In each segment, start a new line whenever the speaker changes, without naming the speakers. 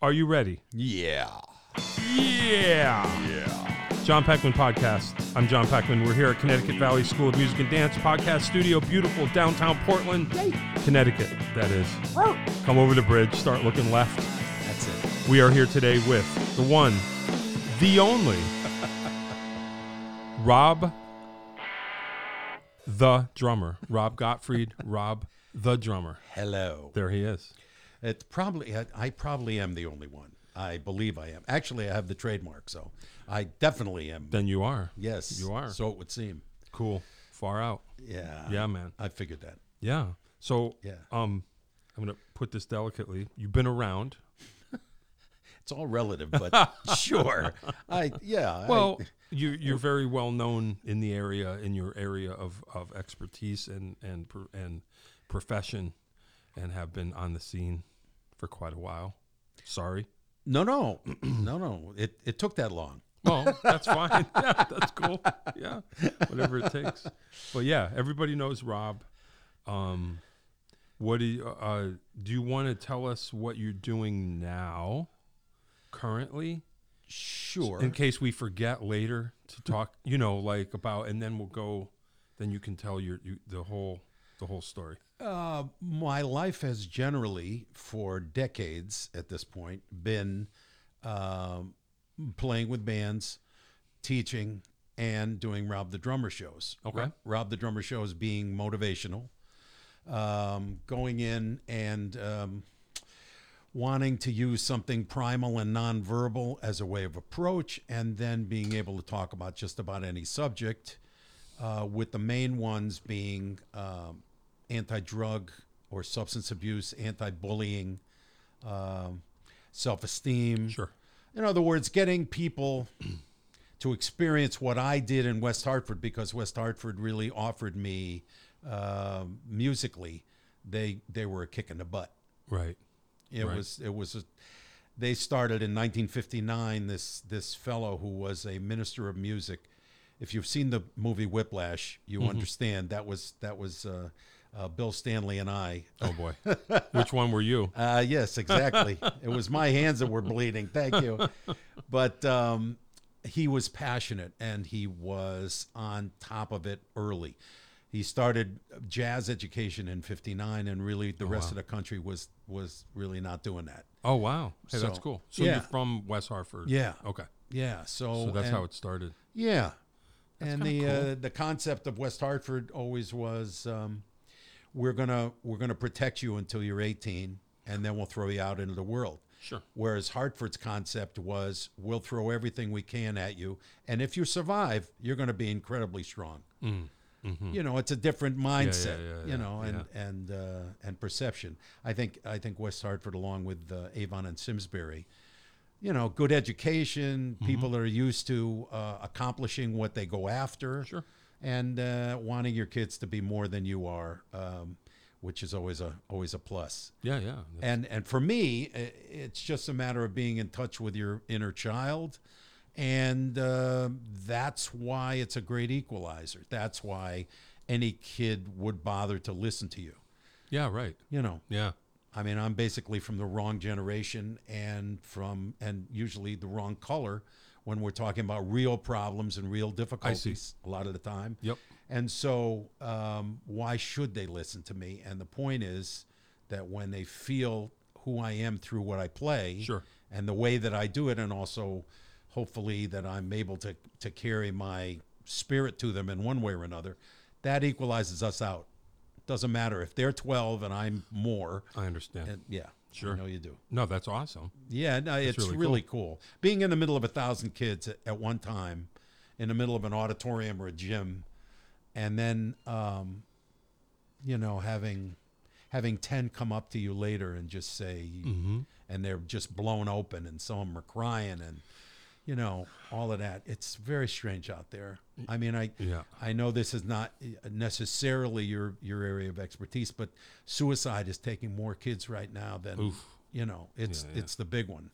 Are you ready?
Yeah.
Yeah.
Yeah.
John Packman Podcast. I'm John Packman. We're here at Connecticut Valley School of Music and Dance Podcast Studio, beautiful downtown Portland, Connecticut, that is. Come over the bridge, start looking left.
That's it.
We are here today with the one, the only, Rob the drummer. Rob Gottfried, Rob the drummer.
Hello.
There he is.
It's probably I, I probably am the only one. I believe I am. Actually, I have the trademark, so I definitely am.
Then you are.
Yes,
you are.
So it would seem.
Cool. Far out.
Yeah.
Yeah, man.
I figured that.
Yeah. So
Yeah.
um I'm gonna put this delicately. You've been around.
It's all relative, but sure. I yeah. I-
Well, you you're very well known in the area in your area of, of expertise and and pr- and profession, and have been on the scene for quite a while. Sorry.
no, no, no, no. It it took that long.
Well, that's fine. yeah, that's cool. Yeah, whatever it takes. But yeah, everybody knows Rob. Um, what do you, uh, do you want to tell us what you're doing now, currently,
Sure.
in case we forget later to talk? You know, like about, and then we'll go. Then you can tell your you, the whole the whole story.
Uh, my life has generally, for decades at this point, been um, playing with bands, teaching, and doing Rob the Drummer shows.
Okay.
Ro- Rob the Drummer shows being motivational, um, going in and um, wanting to use something primal and nonverbal as a way of approach, and then being able to talk about just about any subject, uh, with the main ones being um, anti drug or substance abuse, anti bullying, um, self esteem.
Sure.
In other words, getting people to experience what I did in West Hartford because West Hartford really offered me um musically. They they were a kick in the butt.
Right.
It
Right.
was it was a, they started in 1959 this this fellow who was a minister of music. If you've seen the movie Whiplash, you understand that was that was uh, uh, Bill Stanley and I.
Oh boy. Which one were you?
Uh, yes, exactly. it was my hands that were bleeding. Thank you. But um, he was passionate and he was on top of it early. He started jazz education in '59, and really the rest of the country was was really not doing that.
Oh wow. Hey, that's
So,
cool. So
yeah.
you're from West Hartford.
Yeah.
Okay.
Yeah, so,
So that's
and-
how it started.
Yeah, and the
kinda
uh, the concept of West Hartford always was um, we're gonna we're gonna protect you until you're 18, and then we'll throw you out into the world.
Sure.
Whereas Hartford's concept was we'll throw everything we can at you, and if you survive, you're gonna be incredibly strong. You know, it's a different mindset.
Mm-hmm. yeah, yeah,
you know, and and uh, and perception. I think I think West Hartford, along with uh, Avon and Simsbury, you know, good education,
Mm-hmm.
people that are used to uh, accomplishing what they go after,
Sure.
and uh, wanting your kids to be more than you are, um, which is always a always a plus.
Yeah, yeah. That's-
And and for me, i- it's just a matter of being in touch with your inner child, and uh, that's why it's a great equalizer. That's why any kid would bother to listen to you.
Yeah, right.
You know,
Yeah.
I mean, I'm basically from the wrong generation and from and usually the wrong color when we're talking about real problems and real difficulties a lot of the time.
Yep.
And so, um, why should they listen to me? And the point is that when they feel who I am through what I play,
Sure.
and the way that I do it, and also hopefully that I'm able to to carry my spirit to them in one way or another, that equalizes us out. Doesn't matter if they're 12 and I'm more.
I understand.
And yeah,
Sure.
I know you do.
no, that's awesome.
Yeah, no, it's
really
really, cool. Being in the middle of a thousand kids at, at one time, in the middle of an auditorium or a gym, and then, um, you know, having having ten come up to you later and just say,
Mm-hmm.
and they're just blown open, and some of 'em are crying, and you know, all of that. It's very strange out there. I mean, I
Yeah.
I know this is not necessarily your your area of expertise, but suicide is taking more kids right now than you know. It's
Yeah, Hmm. yeah.
it's the big one,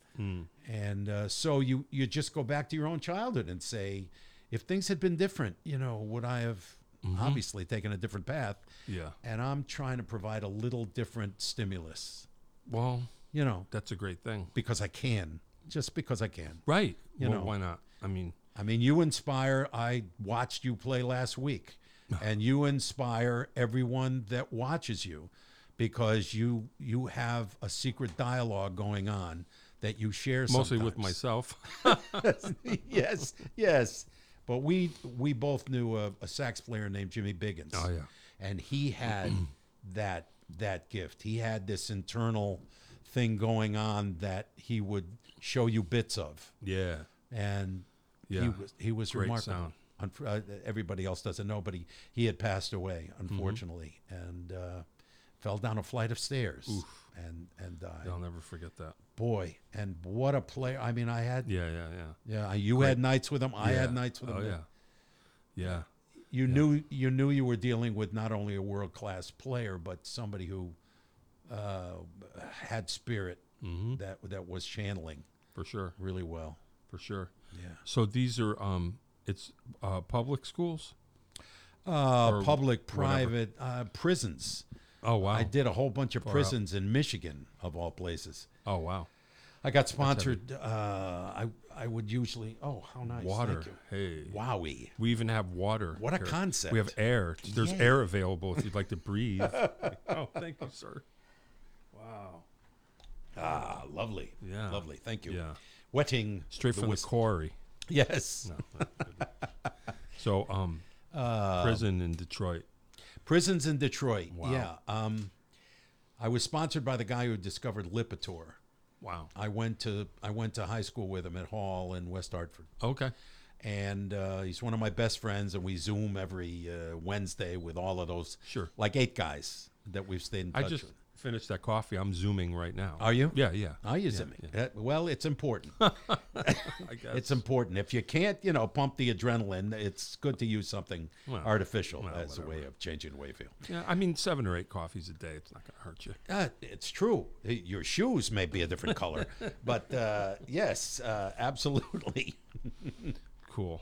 and uh, so you you just go back to your own childhood and say, if things had been different, you know, would I have
Mm-hmm.
obviously taken a different path?
Yeah.
And I'm trying to provide a little different stimulus.
Well,
you know,
That's a great thing.
because I can, just because I can.
Right.
You
well,
know.
why not? I mean,
I mean, you inspire. I watched you play last week, and you inspire everyone that watches you because you you have a secret dialogue going on that you share
mostly with
sometimes.
myself.
yes, yes. But we we both knew a, a sax player named Jimmy Biggins.
Oh, yeah.
and he had that that gift. He had this internal thing going on that he would show you bits of,
yeah.
and he
Yeah.
was he was
Great
remarkable.
sound.
Unf- uh, everybody else doesn't know, but he, he had passed away
Mm-hmm.
unfortunately, and uh, fell down a flight of stairs and and died.
I'll never forget that.
Boy, and what a player! I mean, I had
Yeah, yeah, yeah.
yeah, you had nights with him. I
Yeah.
had nights with him.
Oh yeah, yeah,
You knew you knew you were dealing with not only a world class player, but somebody who uh, had spirit
Mm-hmm.
that that was channeling
for sure,
really well.
for sure.
Yeah.
So these are um, it's uh, public schools.
Uh,
Or
public, private, uh, prisons.
Oh wow.
I did a whole bunch of
out.
prisons in Michigan, of all places.
Oh wow.
I got sponsored. Uh, I I would usually. Oh, how nice! Thank
Water.
you.
Hey.
Wowie.
We even have water.
What a
here.
concept.
We have air. There's
Yeah.
air available if you'd like to breathe. Like, oh, thank you, sir.
Ah, lovely.
Yeah.
Lovely. Thank you.
Yeah.
Wetting
Straight from
whis-
the quarry.
Yes.
So um,
Uh,
prison in Detroit.
Prisons in Detroit. Yeah. Um, I was sponsored by the guy who discovered Lipitor.
Wow.
I went to I went to high school with him at Hall in West Hartford,
Okay.
and uh, he's one of my best friends. And we Zoom every uh, Wednesday with all of those
Sure.
like eight guys that we've stayed in
I
touch
just
with.
finished that coffee. I'm zooming right now.
Are you? Uh,
Yeah, yeah.
I use
yeah,
it.
yeah.
Oh, That- well, it's important.
I guess.
it's important. If you can't, you know, pump the adrenaline, it's good to use something
Well,
artificial
well,
as a way of changing the way you feel.
yeah, I mean, seven or eight coffees a day. It's not going to hurt you.
Uh, it's true. Your shoes may be a different color, but uh, yes, uh, absolutely.
Cool.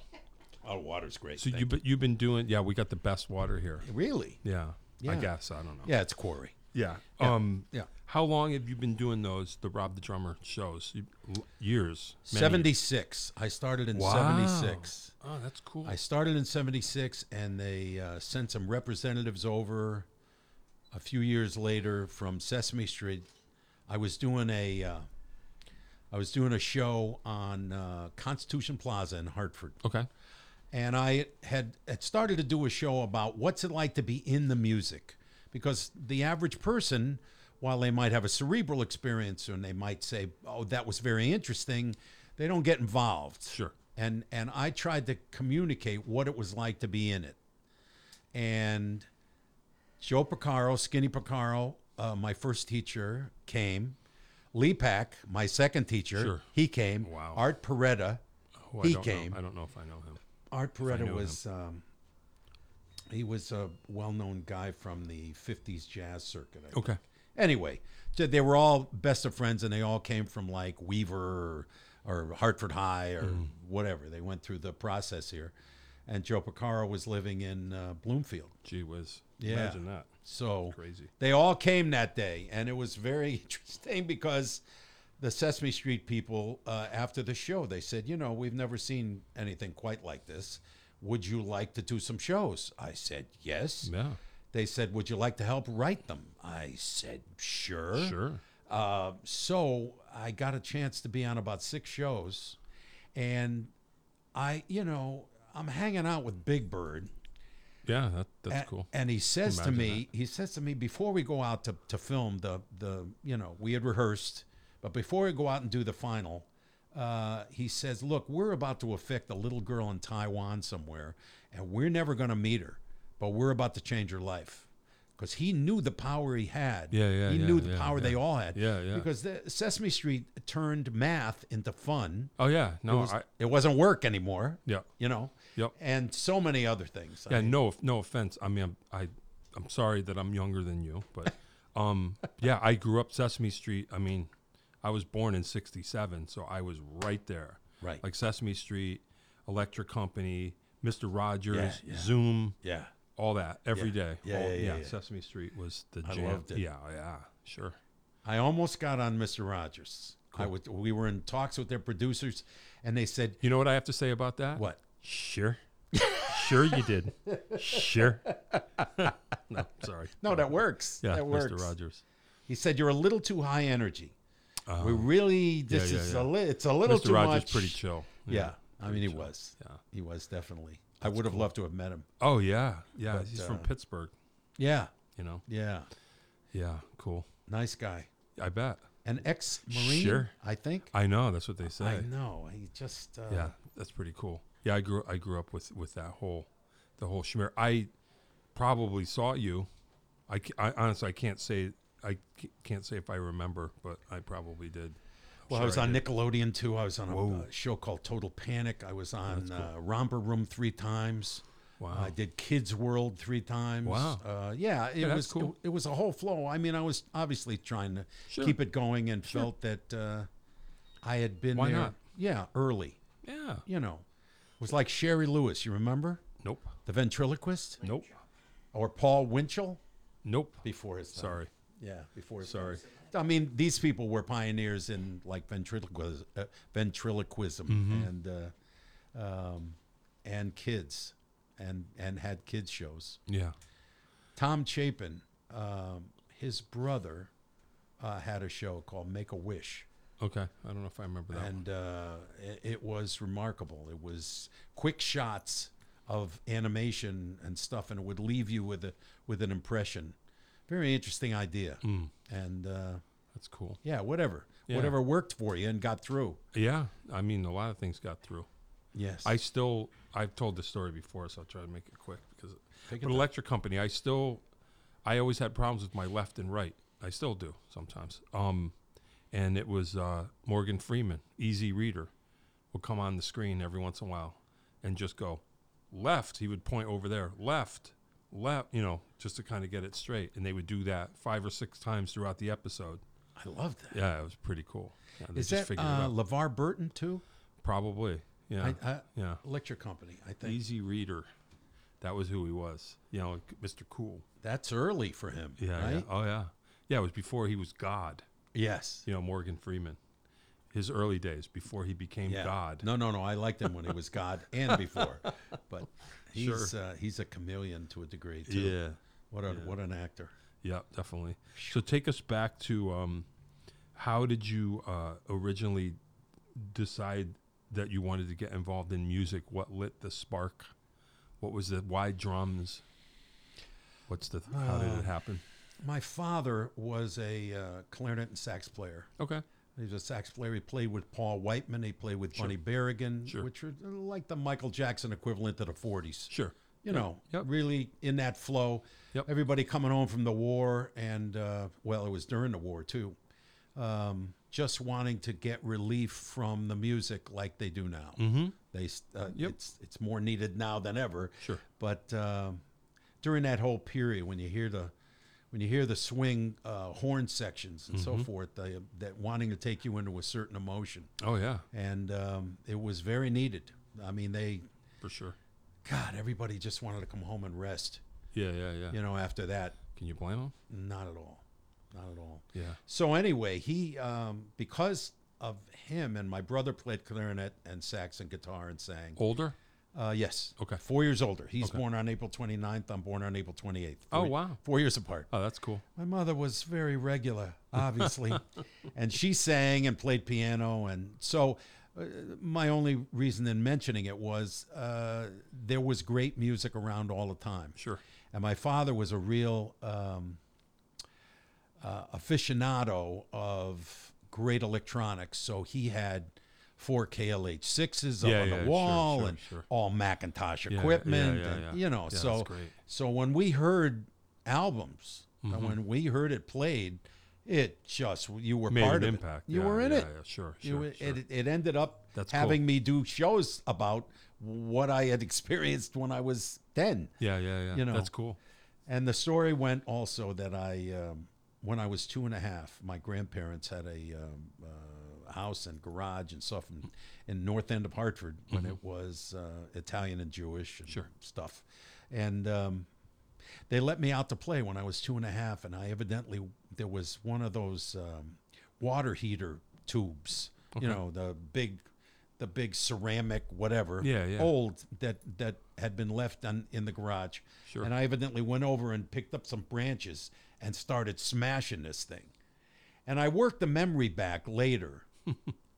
Our water's great.
So you, but you've been doing, yeah, we got the best water here.
really?
Yeah. I
Yeah.
guess. I don't know.
Yeah, it's quarry.
Yeah. Um,
Yeah.
How long have you been doing those, the Rob the Drummer shows? You- l- Years. many-
Seventy six. I started in
Wow.
seventy six.
Oh, that's cool.
I started in seventy six, and they uh, sent some representatives over. A few years later, from Sesame Street, I was doing a, uh, I was doing a show on uh, Constitution Plaza in Hartford.
okay.
and I had had started to do a show about what's it like to be in the music, because the average person, while they might have a cerebral experience and they might say, "Oh, that was very interesting," they don't get involved.
Sure.
And and I tried to communicate what it was like to be in it, and Joe Picaro, Skinny Picaro, uh, my first teacher came. Lee Pack, my second teacher,
Sure.
he came.
Wow.
Art Peretta,
Oh, I
he
don't
came.
Know. I don't know if I know him.
Art Peretta
knew
was um, he was a well-known guy from the '50s jazz circuit. I think.
Okay.
Anyway, so they were all best of friends, and they all came from like Weaver or, or Hartford High or
Mm.
whatever. They went through the process here, and Joe Picaro was living in uh, Bloomfield.
Gee whiz.
Yeah.
Imagine that.
So
Crazy.
They all came that day, and it was very interesting because the Sesame Street people, uh, after the show, they said, "You know, we've never seen anything quite like this. Would you like to do some shows?" I said, "Yes."
Yeah.
They said, "Would you like to help write them?" I said, "Sure."
Sure.
Uh, so I got a chance to be on about six shows, and I, you know, I'm hanging out with Big Bird.
Yeah. That, that's
A-
cool.
And he says to
Imagine
me, he says to me before we go out to, to film the the you know we had rehearsed, but before we go out and do the final, uh, he says, look, we're about to affect a little girl in Taiwan somewhere, and we're never going to meet her, but we're about to change her life. Because he knew the power he had.
Yeah, yeah,
He
yeah,
knew the
yeah,
power
yeah.
they all had.
Yeah, yeah.
Because the, Sesame Street turned math into fun.
Oh, yeah. No, I,
it wasn't work anymore.
yeah.
You know.
Yep.
And so many other things. I
Yeah, no, of- no offense. I mean, I'm, I, I'm sorry that I'm younger than you, but, um, yeah, I grew up Sesame Street. I mean, I was born in '67, so I was right there.
Right.
Like Sesame Street, Electric Company, Mister Rogers,
yeah.
Zoom,
yeah.
all that every day.
Yeah,
All-
yeah, yeah, yeah.
Sesame Street was the
I
jam.
loved it.
Yeah, yeah, sure.
I almost got on Mr. Rogers. I would, we were in talks with their producers, and they said,
You know what I have to say about that?
"What?
Sure. sure you did. Sure. no, sorry.
No, that works.
Yeah,
that works."
Mr. Rogers.
He said, "You're a little too high energy. we really this
Uh-huh. yeah,
is
yeah.
a li- it's a little
Mr.
too
Rogers
much."
pretty chill.
Yeah, I mean he was.
Yeah.
he was definitely. I would have loved to have met him.
Oh yeah. Yeah.
But,
he's from
uh,
Pittsburgh,
Yeah,
you know.
yeah,
Yeah, cool.
nice guy,
I bet.
an ex-marine,
Sure.
I think.
I know, that's what they say.
I know. He just uh,
Yeah, that's pretty cool. Yeah, I grew I grew up with with that whole the whole schmear. I probably saw you. I, ca- I honestly I can't say I ca- can't say if I remember, but I probably did.
Well, I
Sure
was on
did.
Nickelodeon too. I was on a uh, show called Total Panic. I was on uh, Romper Room three times.
Oh, Wow.
I did Kids World three times.
Wow.
Uh, yeah, it
that's
was
cool.
it, it was a whole flow. I mean, I was obviously trying to
Sure.
keep it going and felt that uh, I had been
Why
there.
not?
Yeah, early.
Yeah.
You know, it was like Sherry Lewis. You remember
Nope.
the ventriloquist
Nope.
or Paul Winchell
Nope.
before his time.
Sorry.
Yeah, before. his
Sorry.
I mean, these people were pioneers in like ventriloquism, uh, ventriloquism
Mm-hmm.
and uh, um, and kids, and and had kids shows.
Yeah.
Tom Chapin, um, his brother, uh, had a show called Make a Wish,
Okay. I don't know if I remember that. one.
and uh, it, it was remarkable. It was quick shots of animation and stuff, and it would leave you with a with an impression. Very interesting idea,
Mm.
and. Uh,
That's cool.
yeah, whatever.
Yeah.
Whatever worked for you and got through.
Yeah. I mean, a lot of things got through.
Yes.
I still I've told this story before, so I'll try to make it quick because
Take
but electric company, I still I always had problems with my left and right. I still do sometimes. Um, and it was uh, Morgan Freeman, Easy Reader, would come on the screen every once in a while and just go left. He would point over there, left, left, you know, just to kind of get it straight. And they would do that five or six times throughout the episode.
I love that.
Yeah, it was pretty cool. Yeah, they
Is
just
that
figured it
uh,
out.
LeVar Burton too?
Probably. Yeah.
I, I,
yeah.
Lecture Company, I think.
Easy Reader. That was who he was. You know, like Mr. Cool.
That's early for him.
Yeah,
Right?
yeah. Oh yeah. Yeah, it was before he was God.
Yes.
You know, Morgan Freeman. His early days before he became
Yeah.
God.
No, no, no. I liked him when he was God and before, but he's uh, he's a chameleon to a degree too.
Yeah.
What a what an actor.
Yeah, definitely. So take us back to um, how did you uh, originally decide that you wanted to get involved in music? What lit the spark? What was the why drums? What's the how did it happen?
My father was a uh, clarinet and sax player.
Okay.
He was a sax player. He played with Paul Whiteman. He played with Bunny Berrigan,
Sure.
which are uh, like the Michael Jackson equivalent to the 40s.
Sure.
you know,
Yep.
really in that flow.
Yep.
Everybody coming home from the war, and uh, well, it was during the war too. Um, just wanting to get relief from the music like they do now. Mm-hmm. They s- uh,
Yep.
it's it's more needed now than ever.
Sure.
But um, during that whole period, when you hear the when you hear the swing uh, horn sections and
Mm-hmm.
so forth, they, that wanting to take you into a certain emotion,
Oh yeah,
and um, it was very needed. I mean, they
for sure.
God, everybody just wanted to come home and rest.
Yeah, yeah, yeah.
You know, after that,
Can you blame him?
not at all, not at all.
Yeah.
So anyway, he um, because of him and my brother played clarinet and sax and guitar and sang.
Older?
Uh, yes.
Okay.
Four years older. He's born on April 29th. I'm born on April 28th.
Oh,
Four-
wow.
Four years apart.
Oh, that's cool.
My mother was very regular, obviously, and she sang and played piano. And so, uh, my only reason in mentioning it was uh, there was great music around all the time.
Sure.
And my father was a real um, uh, aficionado of great electronics, so he had. Four KLH6s up
Yeah,
on
yeah,
the
sure,
wall
sure,
and
sure.
all Macintosh
yeah,
equipment,
yeah,
and,
yeah.
you know.
Yeah,
so
that's great. Mm-hmm.
so when we heard albums, and when we heard it played, it just you were
Made
part
an
of
impact.
It. You
Yeah,
were in
yeah,
it.
Yeah, sure,
You
sure,
were-
sure.
It, it ended up
That's
having me do shows about what I had experienced when I was ten.
yeah, yeah, yeah.
you know.
that's cool.
And the story went also that I, um, when I was two and a half, my grandparents had a um, uh, house and garage and stuff in, in North End of Hartford when it was uh, Italian and Jewish and
Sure.
stuff. And um, they let me out to play when I was two and a half, and I evidently there was one of those um, water heater tubes. You know, the big, the big ceramic whatever.
Yeah, yeah.
Old that that had been left on in the garage.
Sure.
And I evidently went over and picked up some branches and started smashing this thing. And I worked the memory back later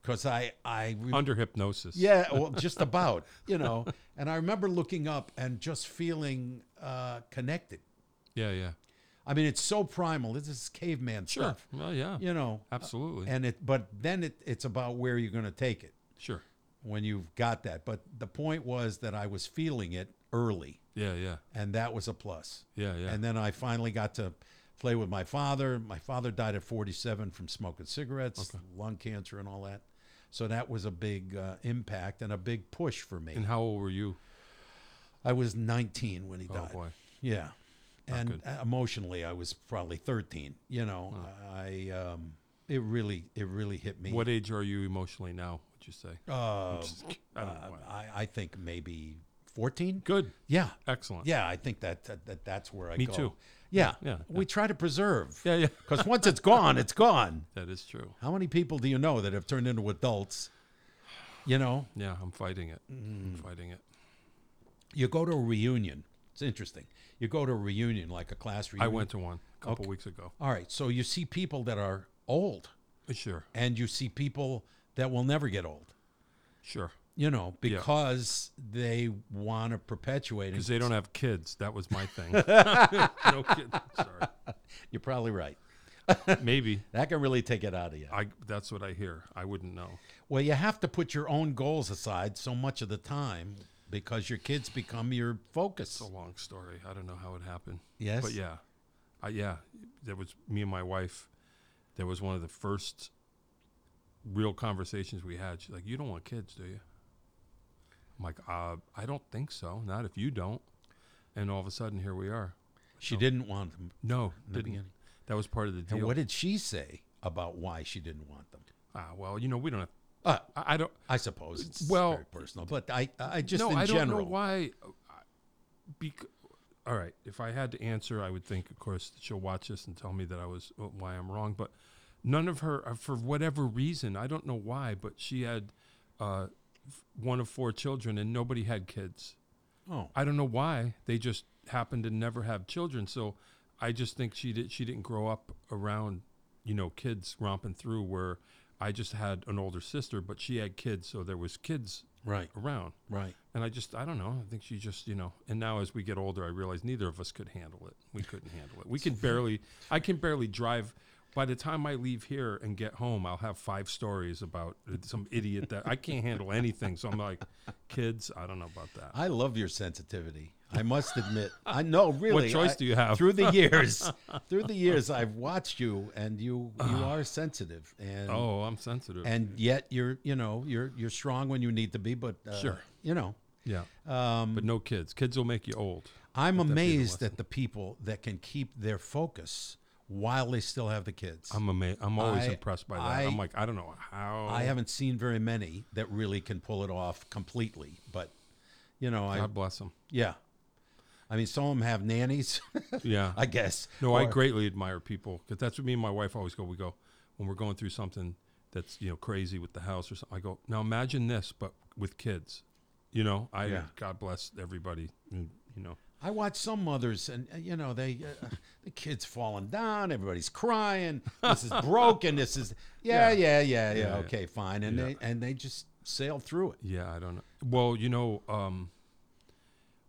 because I I re-
Under hypnosis.
yeah, well, just about, you know. And I remember looking up and just feeling uh, connected.
Yeah, yeah.
I mean, it's so primal. This is caveman stuff,
Well, yeah.
you know.
Absolutely.
And it, but then it, it's about where you're going to take it
sure.
when you've got that. But the point was that I was feeling it early,
Yeah, yeah.
and that was a plus.
Yeah, yeah.
And then I finally got to play with my father. My father died at 47 from smoking cigarettes, lung cancer, and all that. So that was a big uh, impact and a big push for me.
and how old were you?
I was 19 when he
Oh
died.
boy.
Yeah. And
good.
uh, emotionally, I was probably 13. You know, I um, it really it really hit me.
What age are you emotionally now? Would you say?
Um,
I don't
uh,
know.
I, I think maybe 14.
Good.
Yeah,
Excellent.
yeah. I think that that, that that's where I
Me
go.
too.
Yeah.
Yeah,
We try to preserve.
Yeah, yeah.
Because once it's gone, it's gone.
That is true.
How many people do you know that have turned into adults? You know,
Yeah, I'm fighting it.
Mm.
I'm fighting it.
you go to a reunion. It's interesting. You go to a reunion, like a class
I
reunion.
went to one a couple weeks ago.
All right. So you see people that are old.
Sure.
and you see people that will never get old
Sure.
you know because they want to perpetuate
Because
it
they don't have kids. That was my thing. no kidding. Sorry.
you're probably right
Maybe.
that can really take it out of you
I. That's what I hear. I wouldn't know.
well you have to put your own goals aside so much of the time because your kids become your focus
It's a long story. I don't know how it happened.
Yes?
But yeah. I, yeah. There was me and my wife. There was one of the first real conversations we had. She's like, You don't want kids, do you? I'm like, uh, I don't think so. Not if you don't. And all of a sudden, here we are.
she didn't want them
No, didn't. That was part of the
and
deal.
what did she say about why she didn't want them
ah, well, you know, we don't have.
uh,
I, I don't.
i suppose it's
Well-
very personal but i i just
no,
in
I
general
don't know why. uh, Bec- all right, if I had to answer, I would think, of course, that she'll watch this and tell me that I was uh, why I'm wrong. But none of her, uh, for whatever reason, I don't know why, but she had uh, f- one of four children and nobody had kids.
oh
I don't know why they just happened to never have children. So I just think she did. She didn't grow up around, you know, kids romping through. Where I just had an older sister, but she had kids, so there was kids
right
around.
right
And I just, I don't know. I think she just, you know. And now as we get older, I realize neither of us could handle it. We couldn't handle it. We can barely. I can barely drive. By the time I leave here and get home, I'll have five stories about some idiot that I can't handle anything. So I'm like, kids, I don't know about that.
I love your sensitivity. I must admit. I know really.
choice
I-
do you have?
Through the years, through the years, I've watched you, and you you are sensitive, and
Ah. Oh, I'm sensitive.
and yet you're you know you're you're strong when you need to be, but uh,
Sure.
you know
yeah. Um, but no kids. Kids will make you old.
I'm amazed at the people that can keep their focus while they still have the kids.
I'm ama- I'm always
I-
impressed by that.
I-
I, am like, I don't know how.
I haven't seen very many that really can pull it off completely, but you know, I
God bless them.
yeah. I mean, some of them have nannies,
Yeah.
I guess.
No, I
or-
greatly admire people because that's what me and my wife always go. We go when we're going through something that's you know crazy with the house or something. I go now imagine this, but with kids. You know, I
Yeah.
God bless everybody. mm, You know,
I watch some mothers, and uh, you know they, uh, the kids falling down, everybody's crying. This is broken. This is yeah, yeah, yeah, yeah.
Yeah, yeah.
okay, fine, and
Yeah.
they and they just sail through it.
yeah, I don't know. Well, you know, um,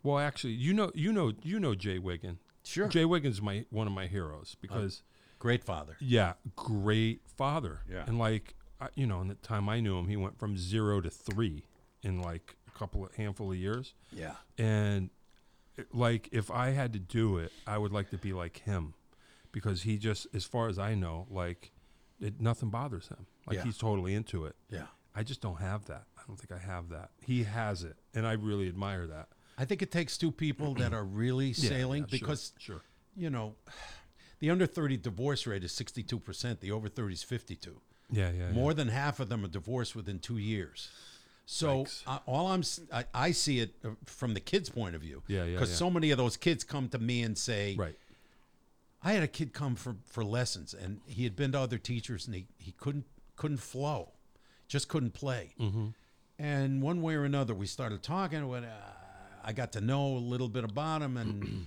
well actually, you know, you know, you know Jay Wiggin.
Sure.
Jay Wiggin's my one of my heroes because
Great father.
yeah, great father.
Yeah.
and like I, you know, in the time I knew him, he went from zero to three in like a couple of handful of years.
Yeah,
and it- like if i had to do it i would like to be like him because he just as far as i know like it nothing bothers him like
Yeah.
he's totally into it
yeah.
i just don't have that i don't think i have that he has it and i really admire that
I think it takes two people that are really
Yeah,
sailing
yeah, sure,
because
sure
you know, the under thirty divorce rate is sixty two percent. The over thirty is fifty two.
yeah yeah
More than half of them are divorced within two years. So I, all I'm s- I, I see it uh, from the kids' point of view.
Yeah, yeah,
Because
yeah.
so many of those kids come to me and say,
yeah. right
I had a kid come for, for lessons, and he had been to other teachers, and he, he couldn't couldn't flow, just couldn't play.
Mm-hmm.
And one way or another, we started talking. When, uh, I got to know a little bit about him, and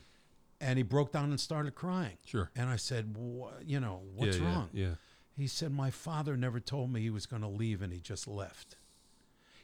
and he broke down and started crying.
Sure.
And I said, "Wha- you know, what's
yeah,
wrong?
Yeah.
He said, My father never told me he was going to leave and he just left.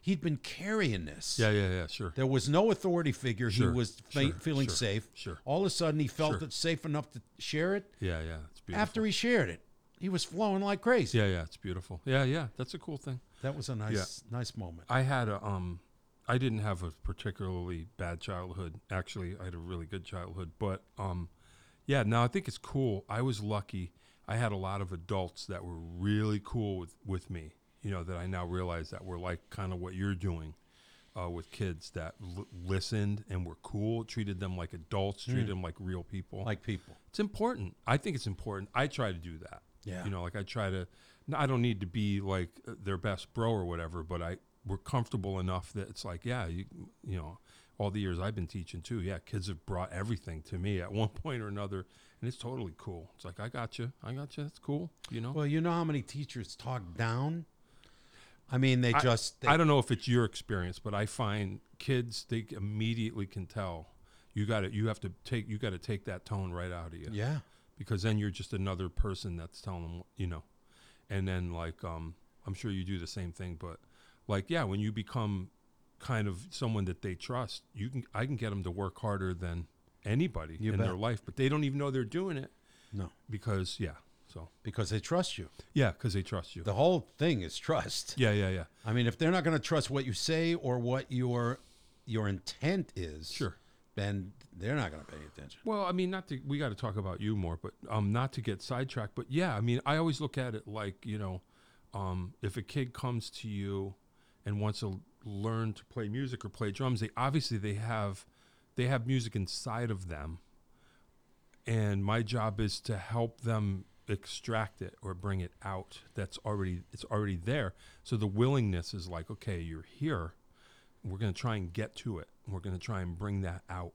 He'd been carrying this.
Yeah. Yeah. Yeah. Sure.
There was no authority figure.
Sure,
He was fe-
sure,
feeling
sure,
safe.
sure.
All of a sudden, he felt
Sure.
it safe enough to share it.
Yeah. Yeah. It's beautiful.
After he shared it, he was flowing like crazy.
yeah. Yeah. It's beautiful. Yeah. Yeah. That's a cool thing.
That was a nice, nice moment.
I had a um I didn't have a particularly bad childhood. Actually, I had a really good childhood, but um yeah, no, I think it's cool. I was lucky. I had a lot of adults that were really cool with with me, you know, that I now realize that were like kind of what you're doing. Uh, with kids that l- listened and were cool, treated them like adults, treated them like real people.
Like people.
It's important. I think it's important. I try to do that.
Yeah.
You know, like I try to. no, I don't need to be like uh, their best bro or whatever, but I we're comfortable enough that it's like, yeah, you you know, all the years I've been teaching too, yeah, kids have brought everything to me at one point or another, and it's totally cool. It's like I got you, I got you. That's cool. You know,
Well, you know how many teachers talk down? I mean, they just. They,
I don't know if it's your experience, but I find kids they immediately can tell. You got to You have to take. You got to take that tone right out of you.
yeah.
because then you're just another person that's telling them, you know. And then like um I'm sure you do the same thing, but like yeah, when you become kind of someone that they trust, you can I can get them to work harder than anybody
You
in
bet.
their life, but they don't even know they're doing it
No,
because yeah. So,
because they trust you.
yeah, cuz they trust you.
The whole thing is trust.
yeah, yeah, yeah.
I mean, if they're not going to trust what you say or what your your intent is,
Sure.
then they're not going to pay attention.
Well, I mean, not to we got to talk about you more, but um, not to get sidetracked. But yeah, I mean, I always look at it like you know, um, if a kid comes to you and wants to learn to play music or play drums, they obviously they have they have music inside of them, and my job is to help them extract it or bring it out. That's already it's already there. So the willingness is like, okay, you're here we're going to try and get to it. We're going to try and bring that out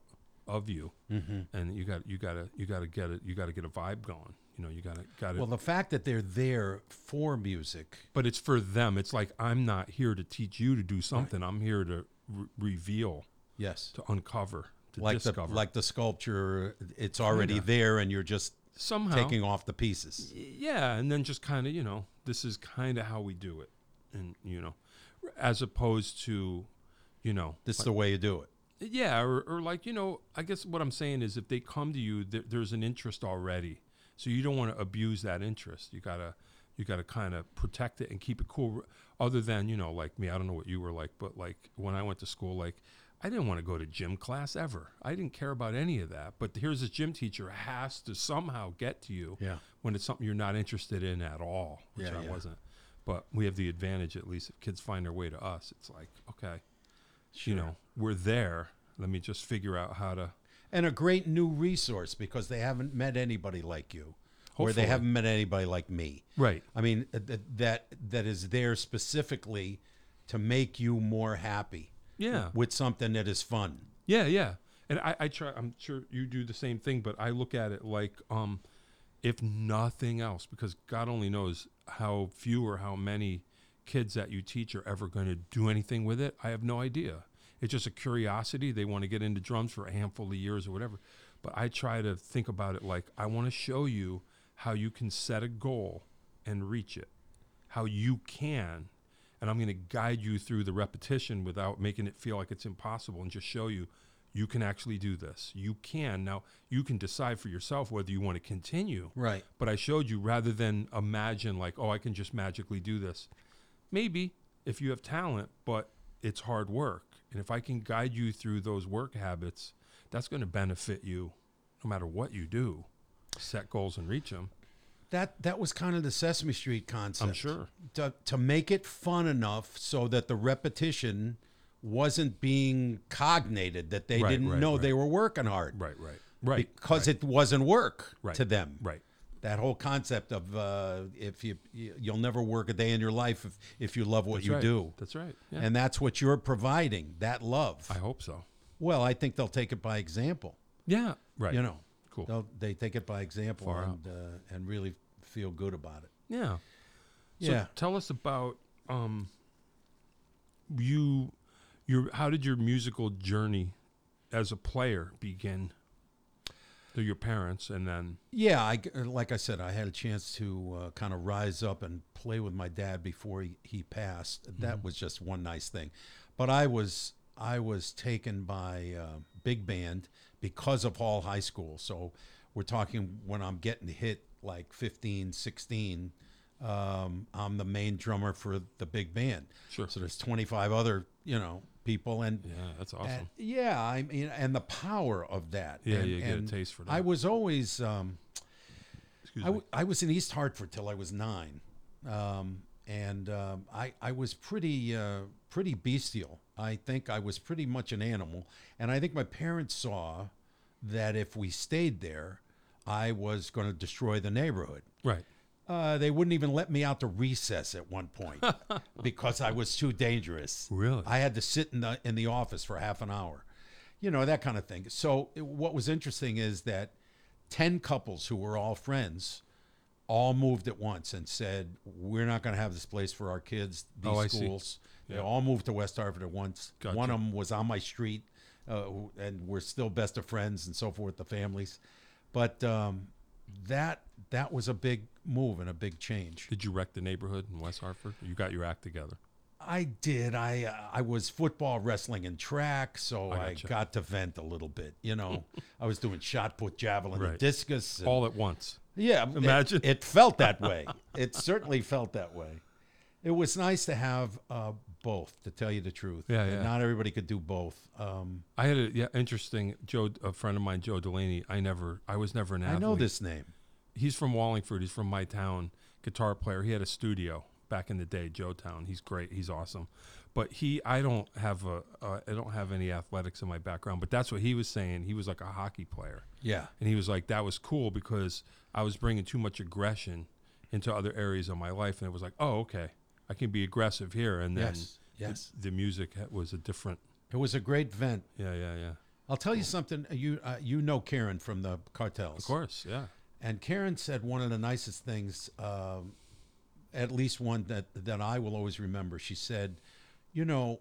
of you, and you got you got to you got to get it. You got to get a vibe going. You know, you got to got it.
Well, the fact that they're there for music,
but it's for them. It's like I'm not here to teach you to do something. I'm here to re- reveal,
yes,
to uncover, to
like
discover.
the like the sculpture, it's already there, and you're just
somehow,
taking off the pieces.
yeah, and then just kind of you know, this is kind of how we do it, and you know, as opposed to, you know,
This is the way you do it.
Yeah, or, or like you know, I guess what I'm saying is if they come to you, there, there's an interest already, so you don't want to abuse that interest. You gotta, you gotta kind of protect it and keep it cool. Other than you know, like me, I don't know what you were like, but like when I went to school, like I didn't want to go to gym class ever. I didn't care about any of that. But here's this gym teacher has to somehow get to you
Yeah.
when it's something you're not interested in at all, which
Yeah,
I
yeah.
wasn't. But we have the advantage, at least, if kids find their way to us, it's like okay you know, we're there. Let me just figure out how to.
and a great new resource because they haven't met anybody like you, or they
Hopefully.
haven't met anybody like me.
Right.
I mean, uh, th- that that is there specifically to make you more happy.
Yeah.
with something that is fun.
Yeah, yeah. And I, I try. I'm sure you do the same thing, but I look at it like, um, if nothing else, because God only knows how few or how many kids that you teach are ever going to do anything with it. I have no idea. It's just a curiosity. They want to get into drums for a handful of years or whatever. But I try to think about it like I want to show you how you can set a goal and reach it, how you can and I'm going to guide you through the repetition without making it feel like it's impossible and just show you you can actually do this. You can. Now, you can decide for yourself whether you want to continue.
Right.
But I showed you rather than imagine like, oh, I can just magically do this. Maybe if you have talent, but it's hard work. And if I can guide you through those work habits, that's going to benefit you no matter what you do. Set goals and reach them.
That that was kind of the Sesame Street concept.
sure.
To to make it fun enough so that the repetition wasn't being cognated that they
Right,
didn't
right,
know
right.
they were working hard.
Right, right. Right.
Because it wasn't work
Right,
to them.
right.
That whole concept of uh, if you you- you'll never work a day in your life if, if you love what you
right.
do.
That's right. Yeah.
And that's what you're providing, that love.
I hope so.
well, I think they'll take it by example.
Yeah. Right.
You know.
Cool.
They'll, they take it by example
Far
and, uh, and really feel good about it.
Yeah.
yeah.
So tell us about um you your how did your musical journey as a player begin? Through your parents and then
Yeah, I g uh, like I said, I had a chance to uh, kind of rise up and play with my dad before he, he passed. That was just one nice thing. But I was I was taken by uh, big band because of Hall High School. So we're talking when I'm getting hit like 15, 16, um, I'm the main drummer for the big band.
Sure.
So there's 25 other, you know, people and
Yeah, that's
and-
awesome.
yeah, I mean, and the power of that.
Yeah,
and,
you get a
and
taste for
I
that.
was always, um,
Excuse
I,
me.
w- I was in East Hartford till I was nine, um, and um, I I was pretty uh, pretty bestial. I think I was pretty much an animal, and I think my parents saw that if we stayed there, I was going to destroy the neighborhood.
right.
Uh, they wouldn't even let me out to recess at one point because I was too dangerous.
Really?
I had to sit in the in the office for half an hour, you know that kind of thing. So it- what was interesting is that ten couples who were all friends all moved at once and said, "We're not going to have this place for our kids. These
Oh, I see.
schools." They
Yeah.
all moved to West Hartford at once.
Gotcha.
One of them was on my street, uh, who- and we're still best of friends and so forth, the families. But um, that that was a big move and a big change.
Did you wreck the neighborhood in West Hartford? You got your act together.
I did. I uh, I was football, wrestling, and track, so I,
gotcha.
got to vent a little bit. You know, I was doing shot put, javelin,
Right.
and discus. and-
All at once.
yeah, it-
Imagine.
it, felt that way. it certainly felt that way. It was nice to have uh, both, to tell you the truth.
Yeah,
And
yeah.
Not everybody could do both. Um,
I had a yeah interesting Joe a friend of mine Joe Delaney. I never I was never an
I
athlete.
know this name.
He's from Wallingford. He's from my town. Guitar player. He had a studio back in the day, Joe Town. He's great. He's awesome. But he I don't have a uh, I don't have any athletics in my background. But that's what he was saying. He was like a hockey player.
Yeah,
And he was like, that was cool because I was bringing too much aggression into other areas of my life. And it was like, oh, okay, I can be aggressive here. And then
Yes, yes.
The, the music ha- was a different.
it was a great vent.
Yeah, yeah, yeah.
I'll tell you something. You uh, you know Karen from the cartels,
Of course, yeah.
And Karen said one of the nicest things, um, at least one that, that I will always remember. She said, You know,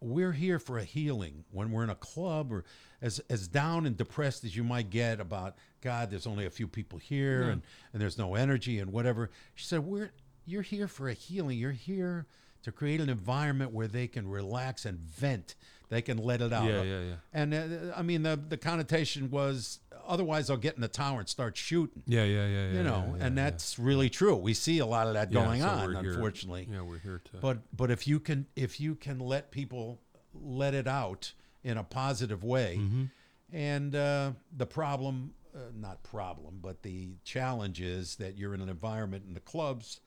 we're here for a healing when we're in a club or as, as down and depressed as you might get about, God, there's only a few people here and, and there's no energy and whatever. She said, We're you're here for a healing. You're here to create an environment where they can relax and vent. They can let it out.
Yeah, yeah, yeah.
And uh, I mean, the, the connotation was otherwise they'll get in the tower and start shooting
Yeah, yeah, yeah, yeah.
you know,
yeah, yeah,
and
yeah.
that's really true. We see a lot of that
Yeah,
going
so
on,
we're here-
unfortunately.
yeah, we're here to.
But but if you can if you can let people let it out in a positive way,
Mm-hmm.
and uh, the problem, uh, not problem, but the challenge is that you're in an environment in the clubs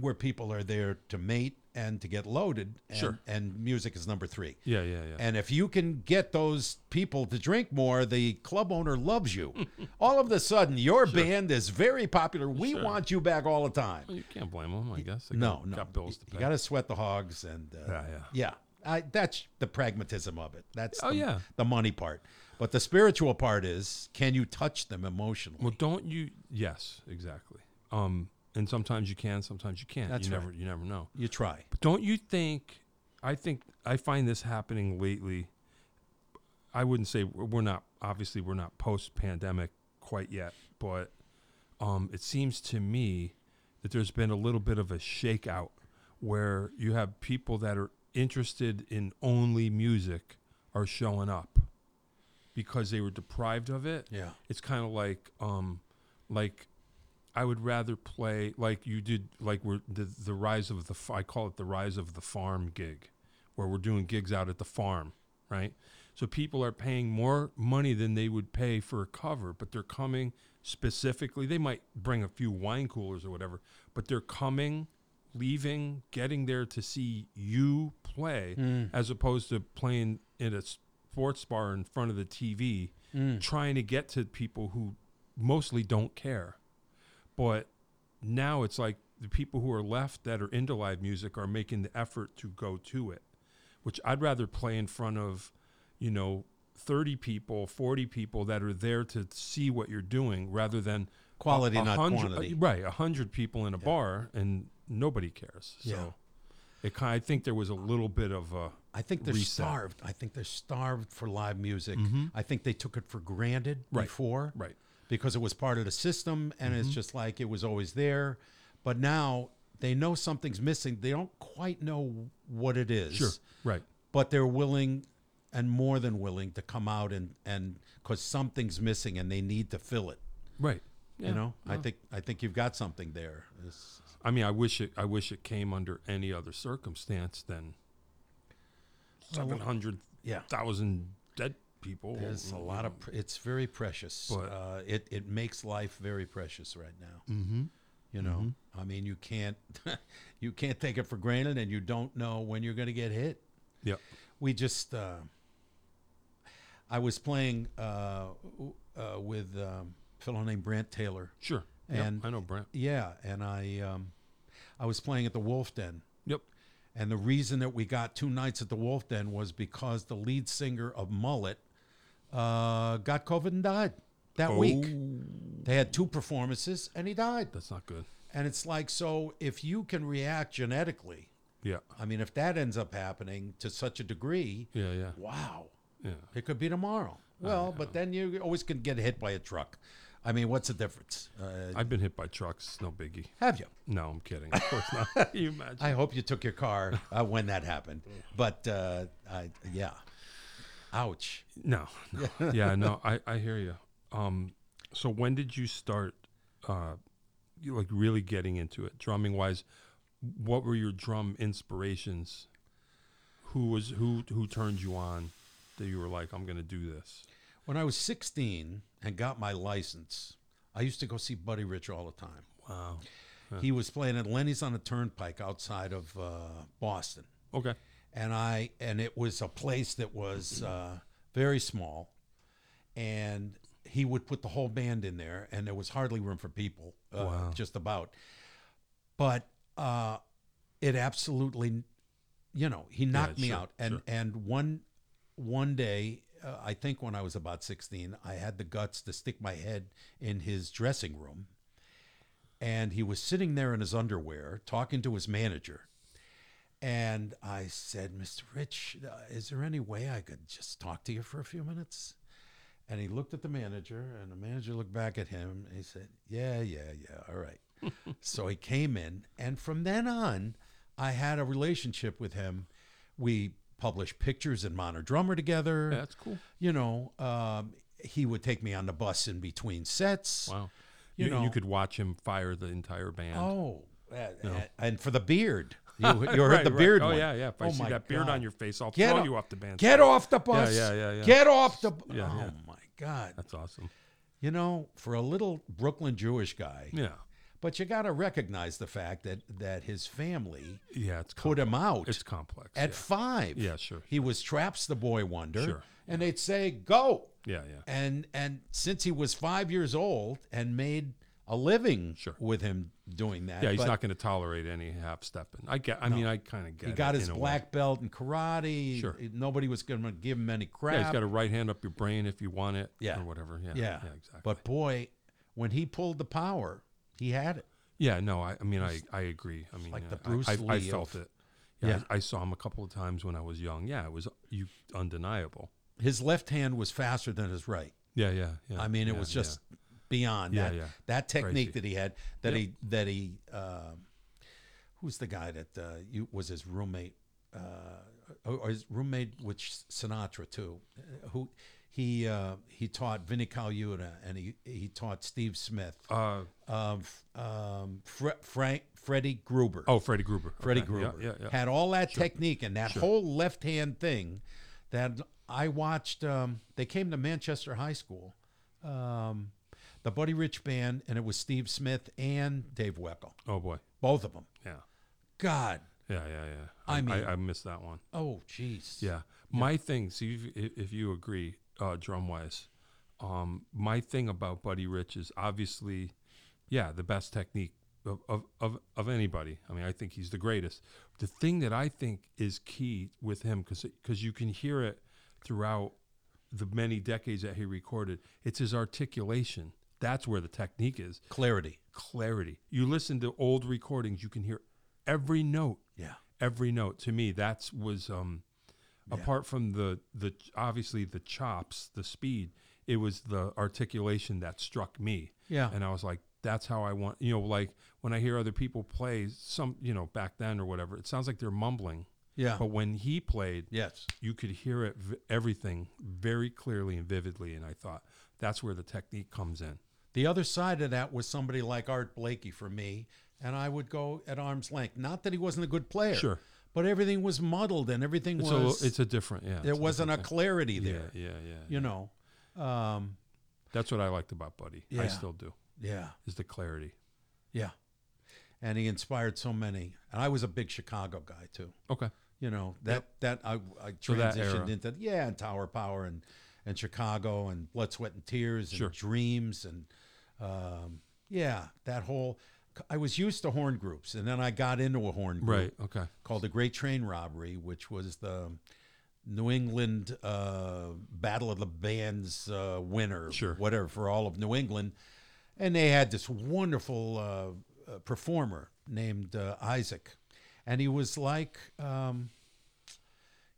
where people are there to mate and to get loaded, and,
Sure.
and music is number three.
yeah, yeah, yeah.
And if you can get those people to drink more, the club owner loves you. all of a sudden, your band is very popular. We
Sure.
want you back all the time.
Well, you can't blame them, I guess. They
No,
got,
no.
Got bills to
You-
pay.
You got to sweat the hogs, and uh,
Yeah, yeah.
I, that's the pragmatism of it. That's
Oh,
the,
yeah.
the money part. But the spiritual part is, can you touch them emotionally?
Well, don't you? Yes, exactly. Um, and sometimes you can, sometimes you can't.
That's
you
right.
never, you never know.
you try.
Don't you think? I think I find this happening lately. I wouldn't say we're not obviously we're not post pandemic quite yet, but um, it seems to me that there's been a little bit of a shakeout where you have people that are interested in only music are showing up because they were deprived of it
Yeah.
it's kind of like um like I would rather play like you did like we're the, the rise of the f- I call it the rise of the farm gig where we're doing gigs out at the farm right so people are paying more money than they would pay for a cover but they're coming specifically they might bring a few wine coolers or whatever but they're coming leaving getting there to see you play as opposed to playing in a sports bar in front of the TV trying to get to people who mostly don't care. But now it's like the people who are left that are into live music are making the effort to go to it, which I'd rather play in front of, you know, 30 people, 40 people that are there to see what you're doing rather than
Quality,
a
not
hundred- uh,
quantity.
Right, a hundred people in a bar and nobody cares. So
Yeah.
it kind I think there was a little bit of a
I think they're
reset. Mm-hmm.
starved. I think they're starved for live music. I think they took it for granted
Right.
before,
Right.
Because it was part of the system, and it's just like it was always there. But now they know something's missing. They don't quite know what it is.
Sure. Right.
But they're willing, and more than willing, to come out and and because something's missing, and they need to fill it.
Right.
You know, I think I think you've got something there. It's-
I mean, I wish it. I wish it came under any other circumstance than seven hundred
yeah.
thousand dead people.
There's Mm-hmm. a lot of pr- it's very precious.
But-
uh, it it makes life very precious right now. Mm-hmm. You know, I mean, you can't you can't take it for granted, and you don't know when you're going to get hit.
Yeah.
We just uh, I was playing uh, w- uh, with um, a fellow named Brant Taylor.
Sure.
And-
yep. I know Brent.
Yeah, and I um, I was playing at the Wolf Den.
Yep.
And the reason that we got two nights at the Wolf Den was because the lead singer of Mullet uh, got COVID and died that week. They had two performances and he died.
That's not good.
And it's like, so if you can react genetically,
Yeah.
I mean, if that ends up happening to such a degree,
Yeah. Yeah.
wow,
Yeah.
it could be tomorrow. Well, but then you always can get hit by a truck. I mean, what's the difference? Uh,
I've been hit by trucks. It's No biggie.
have you?
No, I'm kidding. Of course not. Can you imagine?
I hope you took your car uh, when that happened. But uh, I, yeah, ouch.
No, no. yeah, no, I, I hear you. Um, so when did you start, uh, you, like really getting into it, drumming wise? What were your drum inspirations? Who was who? Who turned you on that you were like, I'm gonna do this?
When I was 16 and got my license, I used to go see Buddy Rich all the time.
Wow.
He was playing at Lenny's on a Turnpike outside of uh, Boston,
Okay.
and I and it was a place that was uh, very small, and he would put the whole band in there, and there was hardly room for people, uh, just about. But uh, it absolutely, you know, he knocked me
sure,
out, and
sure.
and one one day, uh, I think when I was about 16, I had the guts to stick my head in his dressing room. And he was sitting there in his underwear talking to his manager. And I said, Mr. Rich, uh, is there any way I could just talk to you for a few minutes? And he looked at the manager, and the manager looked back at him, and he said, Yeah, yeah, yeah, all right. so he came in, and from then on, I had a relationship with him. We published pictures in Mono Drummer together.
That's cool.
You know, um, he would take me on the bus in between sets.
Wow.
You
You, you,
know-
could watch him fire the entire band.
Oh, uh, uh, and for the beard. You, you heard
Right,
the
right.
beard
Oh
one.
yeah, yeah. If I
Oh,
see
my
that beard
God.
on your face, I'll
Get
throw
off-
you off the band.
Get
stage.
off the bus.
yeah, yeah, yeah.
Get off the bu-
Yeah,
Oh
yeah.
my god.
That's awesome.
You know, for a little Brooklyn Jewish guy,
Yeah.
but you got to recognize the fact that that his family
Yeah. It's com-
put him out
it's complex.
at 5.
Yeah, sure.
He was traps the boy wonder.
Sure.
And they'd say, "Go."
yeah. Yeah. Yeah.
And and since he was 5 years old and made a living
Sure.
with him doing that.
Yeah, he's
but-
not going to tolerate any half stepping. I get. I mean, I kind of get.
He got
it
his
in a way.
black belt in karate.
Sure.
Nobody was going to give him any crap.
Yeah, he's got a right hand up your brain if you want it.
Yeah.
or whatever. Yeah,
yeah.
exactly.
But boy, when he pulled the power, he had it.
yeah, no, I, I mean, I, I agree. I mean,
like
yeah,
the Bruce
I, I, I
Lee
felt
of-
it. Yeah,
Yeah.
I, I saw him a couple of times when I was young. Yeah, it was you undeniable.
His left hand was faster than his right.
Yeah, yeah, yeah.
I mean, it
yeah,
was
yeah.
just beyond
Yeah,
that.
yeah.
That technique
Crazy.
that he had. That he that he. um who's the guy that uh, you was his roommate? Uh, or or his roommate, which Sinatra too, uh, who he uh, he taught Vinnie Caliuta and he he taught Steve Smith.
Uh,
um, f- um, Fre- Frank Freddie Gruber.
oh, Freddie Gruber.
Freddie
Okay,
Gruber
Yeah, yeah, yeah.
had all that technique and that whole left hand thing that I watched. Um, they came to Manchester High School, um, the Buddy Rich Band, and it was Steve Smith and Dave Weckl,
Oh boy.
both of them.
Yeah,
God,
yeah, yeah, yeah.
I mean-
I, I missed that one.
oh jeez,
Yeah. My thing, see if, if- if you agree, uh, drum wise, um, my thing about Buddy Rich is obviously, yeah, the best technique of, of, of, of anybody. I mean, I think he's the greatest. The thing that I think is key with him, because you can hear it throughout the many decades that he recorded. It's his articulation. That's where the technique is.
Clarity.
Clarity. You listen to old recordings, you can hear every note.
Yeah.
Every note. To me, that's was um, apart from the the obviously the chops, the speed. It was the articulation that struck me.
Yeah.
And I was like, that's how I want. You know, like when I hear other people play some, you know, back then or whatever, it sounds like they're mumbling.
Yeah.
But when he played,
Yes.
you could hear it v- everything very clearly and vividly and i thought that's where the technique comes in
The other side of that was somebody like Art Blakey for me, and I would go at arm's length. Not that he wasn't a good player,
Sure.
but everything was muddled and everything
it's, a,
was.
little- it's a different yeah
there wasn't a clarity
yeah,
there,
yeah yeah
you know. Um,
that's what i liked about buddy
Yeah.
i still do
yeah,
is the clarity
yeah, and he inspired so many. And I was a big Chicago guy too.
okay
You know that that I, I
So that
transitioned
era.
into yeah, and Tower Power and and Chicago and Blood, Sweat and Tears and
Sure.
Dreams and um, yeah, that whole. I was used to horn groups, and then I got into a horn group.
right okay
called the Great Train Robbery, which was the New England uh, Battle of the Bands uh, winner,
Sure.
whatever, for all of New England. And they had this wonderful uh, uh, performer named uh, Isaac, and he was like um,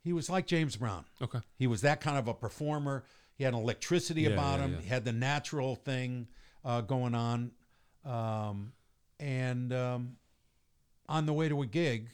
he was like James Brown.
okay
He was that kind of a performer. He had an electricity
Yeah,
about
yeah,
him.
yeah.
He had the natural thing uh, going on. Um, and um, on the way to a gig,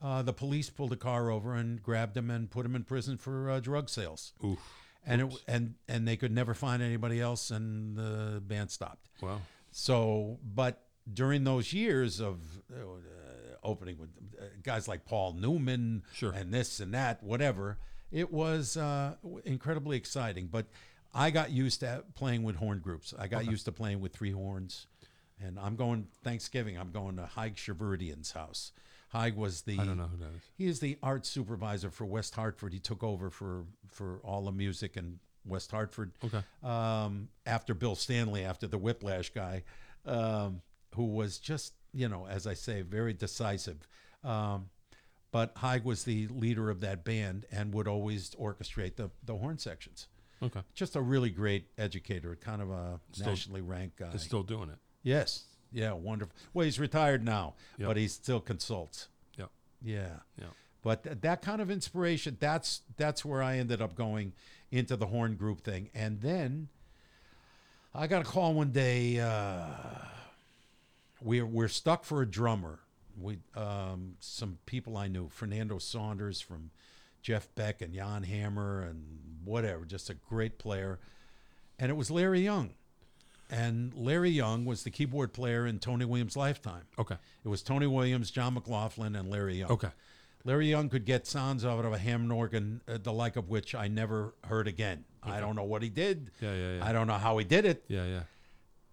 uh, the police pulled a car over and grabbed him and put him in prison for uh, drug sales.
oof
And it, and and they could never find anybody else, and the band stopped.
wow
So, but during those years of uh, opening with uh, guys like Paul Newman
Sure.
and this and that, whatever, it was uh, incredibly exciting. But I got used to playing with horn groups. I got used to playing with three horns. And I'm going Thanksgiving. I'm going to Haig Shavuridian's house. Haig was the
i don't know who that is
he is the art supervisor for West Hartford. He took over for for all the music in West Hartford.
Okay.
Um, after Bill Stanley, after the Whiplash guy, um, who was just you know, as I say, very decisive. Um, but Haig was the leader of that band and would always orchestrate the the horn sections.
okay
Just a really great educator, kind of a
Still-
nationally ranked guy.
it's still doing it
yes. Yeah. Wonderful. Well, he's retired now,
Yep.
but he still consults.
yeah
Yeah
yeah
but th- that kind of inspiration that's that's where i ended up going into the horn group thing and then i got a call one day uh, we're, we're stuck for a drummer we um, some people i knew fernando saunders from jeff beck and jan hammer and whatever just a great player and it was larry young and larry young was the keyboard player in tony williams lifetime
okay
it was tony williams john mclaughlin and larry young
okay
Larry Young could get sounds out of a Hammond organ, uh, the like of which I never heard again. I don't know what he did.
Yeah, yeah, yeah.
I don't know how he did it,
yeah yeah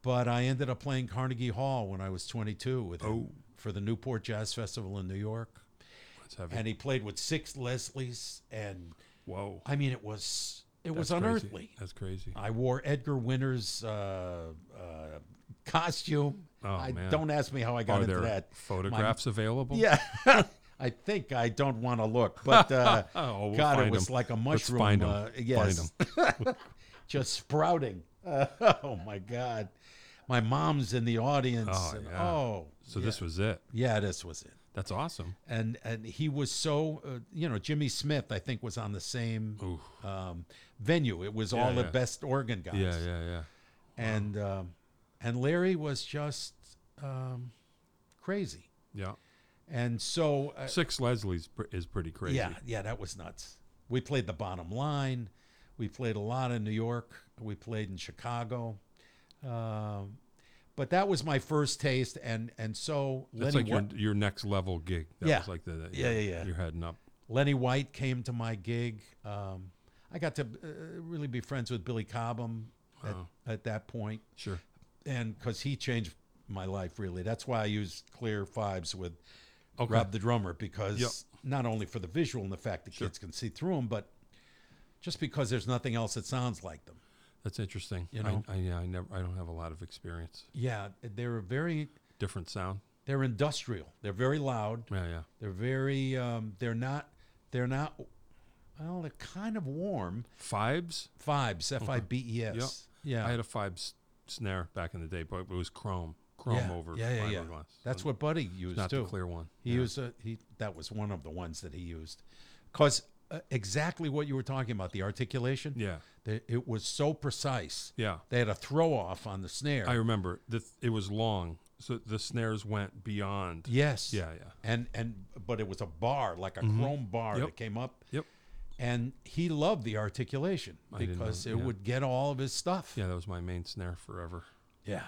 but I ended up playing Carnegie Hall when I was 22 with him
Oh.
for the Newport Jazz Festival in New York.
that's heavy
And he played with six Leslies, and
whoa
I mean, it was it was
That's crazy.
unearthly.
that's crazy
I wore Edgar Winter's uh, uh, costume.
Oh,
I,
man.
Don't ask me how I got
are
into
there
that. My
photographs available
yeah. I think I don't want to look, but uh,
Oh, we'll
God, it
find
was
'em.
like a
Let's
mushroom.
find 'em.
uh,
Find
yes, just sprouting. Uh, oh my God, my mom's in the audience.
Oh,
and-
yeah.
oh,
so
yeah.
this was it
yeah, this was it.
that's awesome
And and he was so uh, you know Jimmy Smith I think was on the same
Oof.
um, venue. It was all the
yeah.
best organ guys.
yeah yeah yeah
and um, and Larry was just um, crazy.
yeah
And so uh,
Six Leslie's pr- is pretty crazy.
Yeah, yeah, that was nuts. We played the bottom line. We played a lot in New York. We played in Chicago. Um, but that was my first taste, and and so
That's
Lenny
like your,
Whi-
your next level gig. That
Yeah.
was like the, the-
Yeah, yeah, yeah.
You're heading up.
Lenny White came to my gig. Um, I got to uh, really be friends with Billy Cobham at,
Wow.
at that point,
Sure.
and because he changed my life really. That's why I use clear fives with
Okay.
Rob the drummer because
Yep.
not only for the visual and the fact that kids can see through them, but just because there's nothing else that sounds like them.
That's interesting.
You know?
I, I, yeah, I never. I don't have a lot of experience.
Yeah, they're very
Different sound.
they're industrial. They're very loud.
Yeah, yeah.
They're very um, they're not they're not. Well, they're kind of warm.
Fibes.
Fibes, F I B E
Yep.
S. Yeah.
I had a Fibes snare back in the day, but it was chrome, chrome
yeah.
over
Yeah, yeah, yeah.
fiberglass.
That's what Buddy used
not
too.
the clear one.
He used a, he that was one of the ones that he used, because uh, exactly what you were talking about the articulation.
Yeah.
the, it was so precise.
Yeah.
They had a throw off on the snare.
I remember the th- it was long, so the snares went beyond.
yes.
Yeah, yeah.
And and but it was a bar like a chrome bar
Yep.
that came up.
Yep.
And he loved the articulation
didn't know
because
that,
it
yeah.
would get all of his stuff.
Yeah, that was my main snare forever.
Yeah.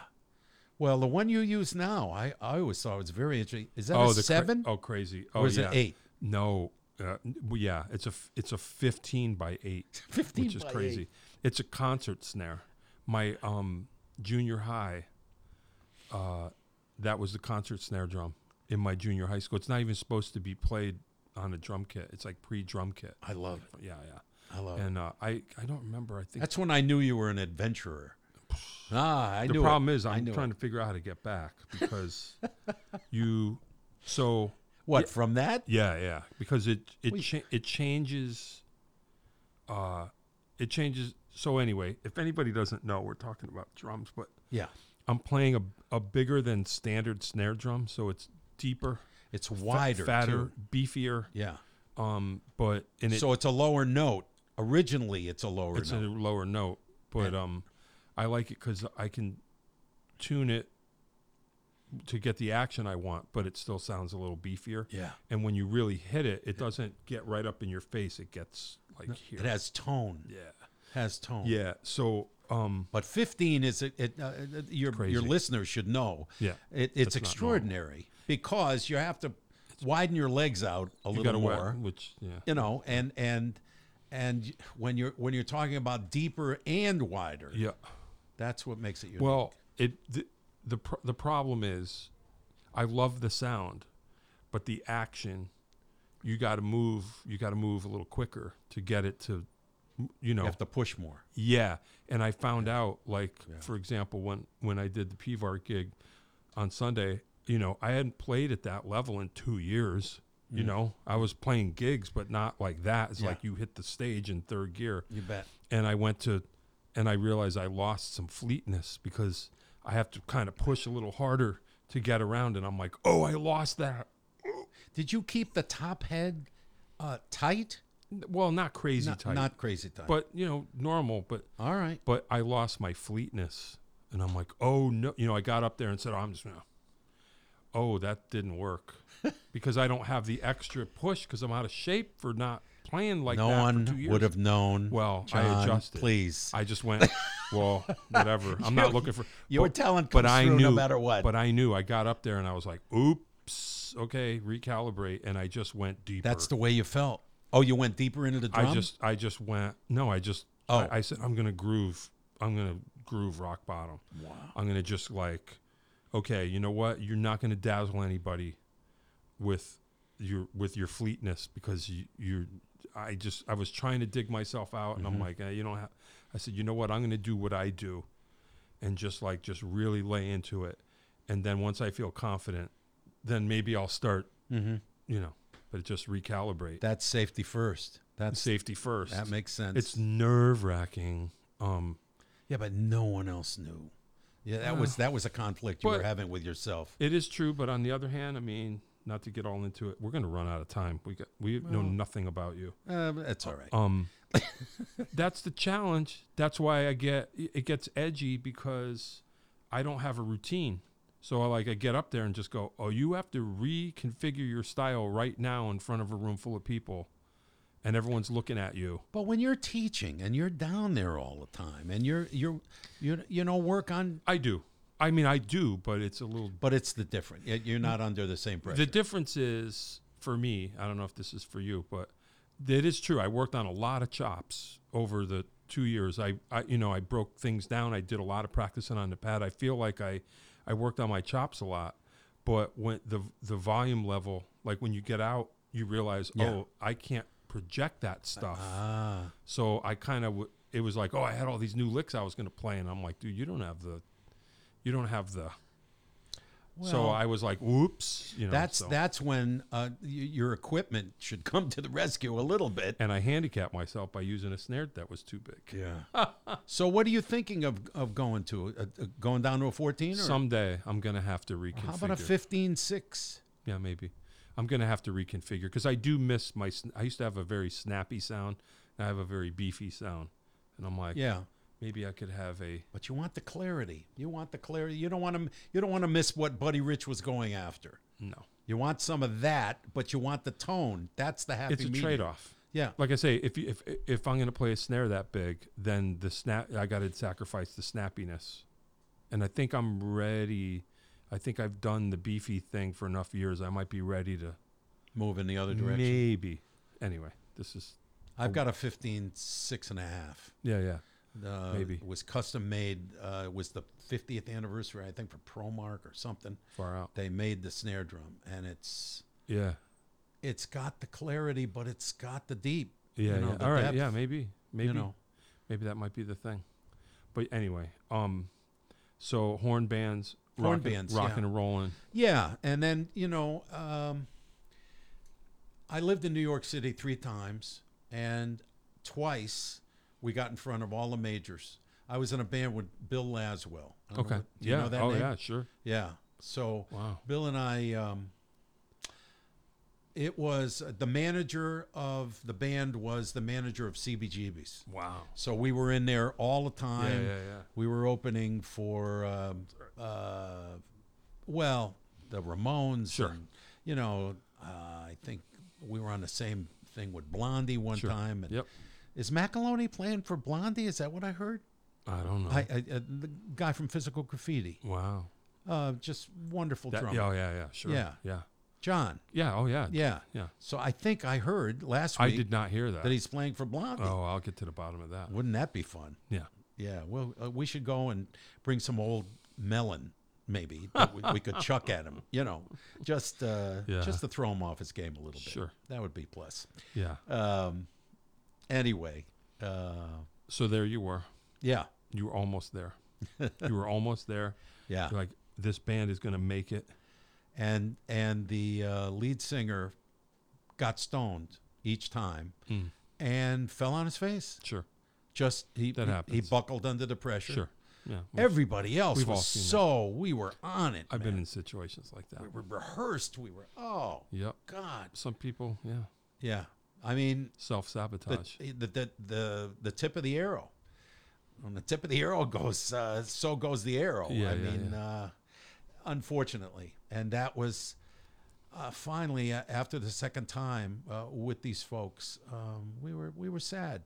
Well, the one you use now, I, I always thought was very interesting. Is that a
the cra-
seven?
oh, crazy. Oh,
Or is it
yeah.
eight?
No. Uh, n- well, yeah, it's a f- it's a 15 by 8,
15
which is
by
crazy.
eight.
It's a concert snare. My um junior high uh that was the concert snare drum in my junior high school. It's not even supposed to be played on a drum kit. It's like pre-drum kit.
I love it.
Yeah, yeah.
I love it.
And uh, I I don't remember. I think
That's when Oh. I knew you were an adventurer. Ah, I
the
knew
problem
it.
is
I
I'm
knew
trying
it.
to figure out how to get back because you so
What, from that?
yeah yeah because it it
Wait.
cha- it changes uh it changes so anyway if anybody doesn't know we're talking about drums but
Yeah.
I'm playing a a bigger than standard snare drum so it's deeper
It's
fa-
wider.
fatter
too.
beefier
Yeah.
um but and it
so it's a lower note. Originally, it's a lower
it's
note.
a lower note but um i like it because i can tune it to get the action i want but it still sounds a little beefier
yeah.
and when you really hit it it doesn't get right up in your face it gets like here
It has tone.
yeah
Has tone.
yeah so um
But 15 is it, it, uh, it- your your
crazy.
listeners should know.
Yeah,
It, it's
that's not
extraordinary because you have to widen your legs out a
you got
little
to
more.
which yeah
You know, and and and when you're when you're talking about deeper and wider,
yeah
that's what makes it unique.
well it the the, pr- the problem is i love the sound but the action you got to move you got to move a little quicker to get it to you know
you have to push more.
Yeah, and I found out, like for example, when when I did the PVAR gig on Sunday, you know, I hadn't played at that level in two years. You know, I was playing gigs, but not like that. It's
Yeah.
like you hit the stage in third gear,
You bet.
and I went to, and I realized I lost some fleetness because I have to kind of push a little harder to get around, and I'm like, oh, I lost that.
Did you keep the top head uh, tight?
N- Well, not crazy
Not,
tight,
not crazy tight.
but you know, normal, but.
all right.
but I lost my fleetness. And I'm like, oh no, you know, I got up there and said, oh, I'm just gonna, oh, that didn't work because I don't have the extra push because I'm out of shape for not playing like
no
that. for two
one
years.
would have known.
Well, I
Mm-hmm. John,
adjusted.
Please.
I just went, well, whatever. I'm not looking for.
your
but-
talent
but
comes
I
through
knew,
no matter what.
But I knew I got up there and I was like, oops, okay, recalibrate, and I just went deeper.
That's the way you felt. Oh, you went deeper into the drum.
I just I just went no, I just
Oh.
I, I said I'm gonna groove I'm gonna groove rock bottom. Wow. I'm gonna just like okay, you know what? You're not gonna dazzle anybody with your with your fleetness because you, you're I just I was trying to dig myself out and
Mm-hmm.
I'm like, eh, you don't have I said, you know what, I'm gonna do what I do and just like just really lay into it. And then once I feel confident, then maybe I'll start
Mm-hmm.
you know, but just recalibrate.
That's safety first. That's
Safety first.
that makes sense.
It's nerve wracking. Um,
yeah, but no one else knew. Yeah, that was that was a conflict you were
But-
having with yourself.
it is true, but on the other hand, I mean, not to get all into it, we're going to run out of time. We got, we know nothing about you.
Uh, but that's all right.
Um, that's the challenge. That's why I get it gets edgy because I don't have a routine. So I like I get up there and just go, "Oh, you have to reconfigure your style right now in front of a room full of people, and everyone's looking at you."
But when you're teaching and you're down there all the time and you're you're you you know work on,
I do. I mean, I do, but it's a little
but it's the different. Yet You're not under the same pressure.
The difference is for me, I don't know if this is for you, but it is true. I worked on a lot of chops over the two years. I, I you know, I broke things down. I did a lot of practicing on the pad. I feel like I, I worked on my chops a lot, but when the the volume level, like when you get out, you realize,
Yeah.
oh, I can't project that stuff.
ah,
So I kind of w- it was like, oh, I had all these new licks I was going to play, and I'm like, dude, you don't have the, you don't have the so I was like, "Oops," you know.
That's
so-
that's when uh, y- your equipment should come to the rescue a little bit.
And I handicapped myself by using a snare that was too big.
Yeah. so what are you thinking of of going to? Uh, uh, going down to a 14 or
Someday I'm gonna have to reconfigure.
how about a 15 6?
Yeah, maybe. I'm gonna have to reconfigure because I do miss my. sn- I used to have a very snappy sound. Now I have a very beefy sound, and I'm like,
Yeah.
maybe I could have a.
But you want the clarity. You want the clarity. You don't want to you don't want to miss what Buddy Rich was going after.
No,
You want some of that, but you want the tone. That's the happy
it's a
medium.
trade-off.
Yeah.
Like I say, if you, if if I'm gonna play a snare that big, then the snap I gotta sacrifice the snappiness, and I think I'm ready. I think I've done the beefy thing for enough years. I might be ready to
Move in the other direction.
maybe. Anyway, this is
I've got a 15 six and a half.
yeah yeah.
Uh,
Maybe.
It was custom made. Uh, it was the 50th anniversary, I think, for Promark or something.
Far out.
They made the snare drum, and it's
Yeah.
it's got the clarity, but it's got the deep.
Yeah.
you know,
yeah.
the
All right.
depth,
yeah. Maybe. Maybe.
You know,
Maybe that might be the thing. But anyway, um, so horn bands,
Horn
rockin'-
bands,
rockin'
yeah.
and rolling.
yeah. And then you know, um, I lived in New York City three times, and twice we got in front of all the majors. I was in a band with Bill Laswell. I don't know
Okay.
what- do
yeah.
You know that
oh
name?
yeah. Sure.
Yeah. So
Wow.
Bill and I, um, it was the manager of the band was the manager of CBGB's.
Wow.
So we were in there all the
Yeah.
time.
Yeah. Yeah.
We were opening for, um, uh, well, the Ramones.
Sure.
and, you know, uh, I think we were on the same thing with Blondie one
Sure.
time. And
Yep.
Is Macaroni playing for Blondie? Is that what I heard?
I don't know.
I, I, uh, the guy from Physical Graffiti.
wow.
Uh, just wonderful
That,
drummer.
yeah. Oh yeah. Yeah. Sure.
Yeah.
Yeah.
John.
Yeah. Oh yeah.
Yeah.
Yeah.
So I think I heard last
I
week
did not hear that.
that he's playing for Blondie.
oh, I'll get to the bottom of that.
Wouldn't that be fun?
Yeah.
Yeah. Well, uh, we should go and bring some old melon, maybe that we, we could chuck at him. You know, just uh,
Yeah.
just to throw him off his game a little bit.
Sure.
That would be plus.
Yeah.
Um, anyway, uh,
So there you were.
yeah,
You were almost there. you were almost there.
yeah,
You're like this band is gonna make it.
and and the uh, lead singer got stoned each time
Mm.
and fell on his face.
Sure.
Just he
That
he- he
happens.
buckled under the pressure.
Sure. Yeah. Well,
Everybody else
We've all
was
seen that.
so we were on it.
I've
man.
been in situations like that.
we were rehearsed. We were oh
Yep.
god
Some people, yeah,
yeah. I mean
self
the, eh,
sabotage.
the the the the tip of the arrow. On the tip of the arrow goes uh, so goes the arrow.
Yeah,
I
yeah,
mean, Uh, unfortunately, and that was uh, finally uh, after the second time uh, with these folks. Um, we were we were sad.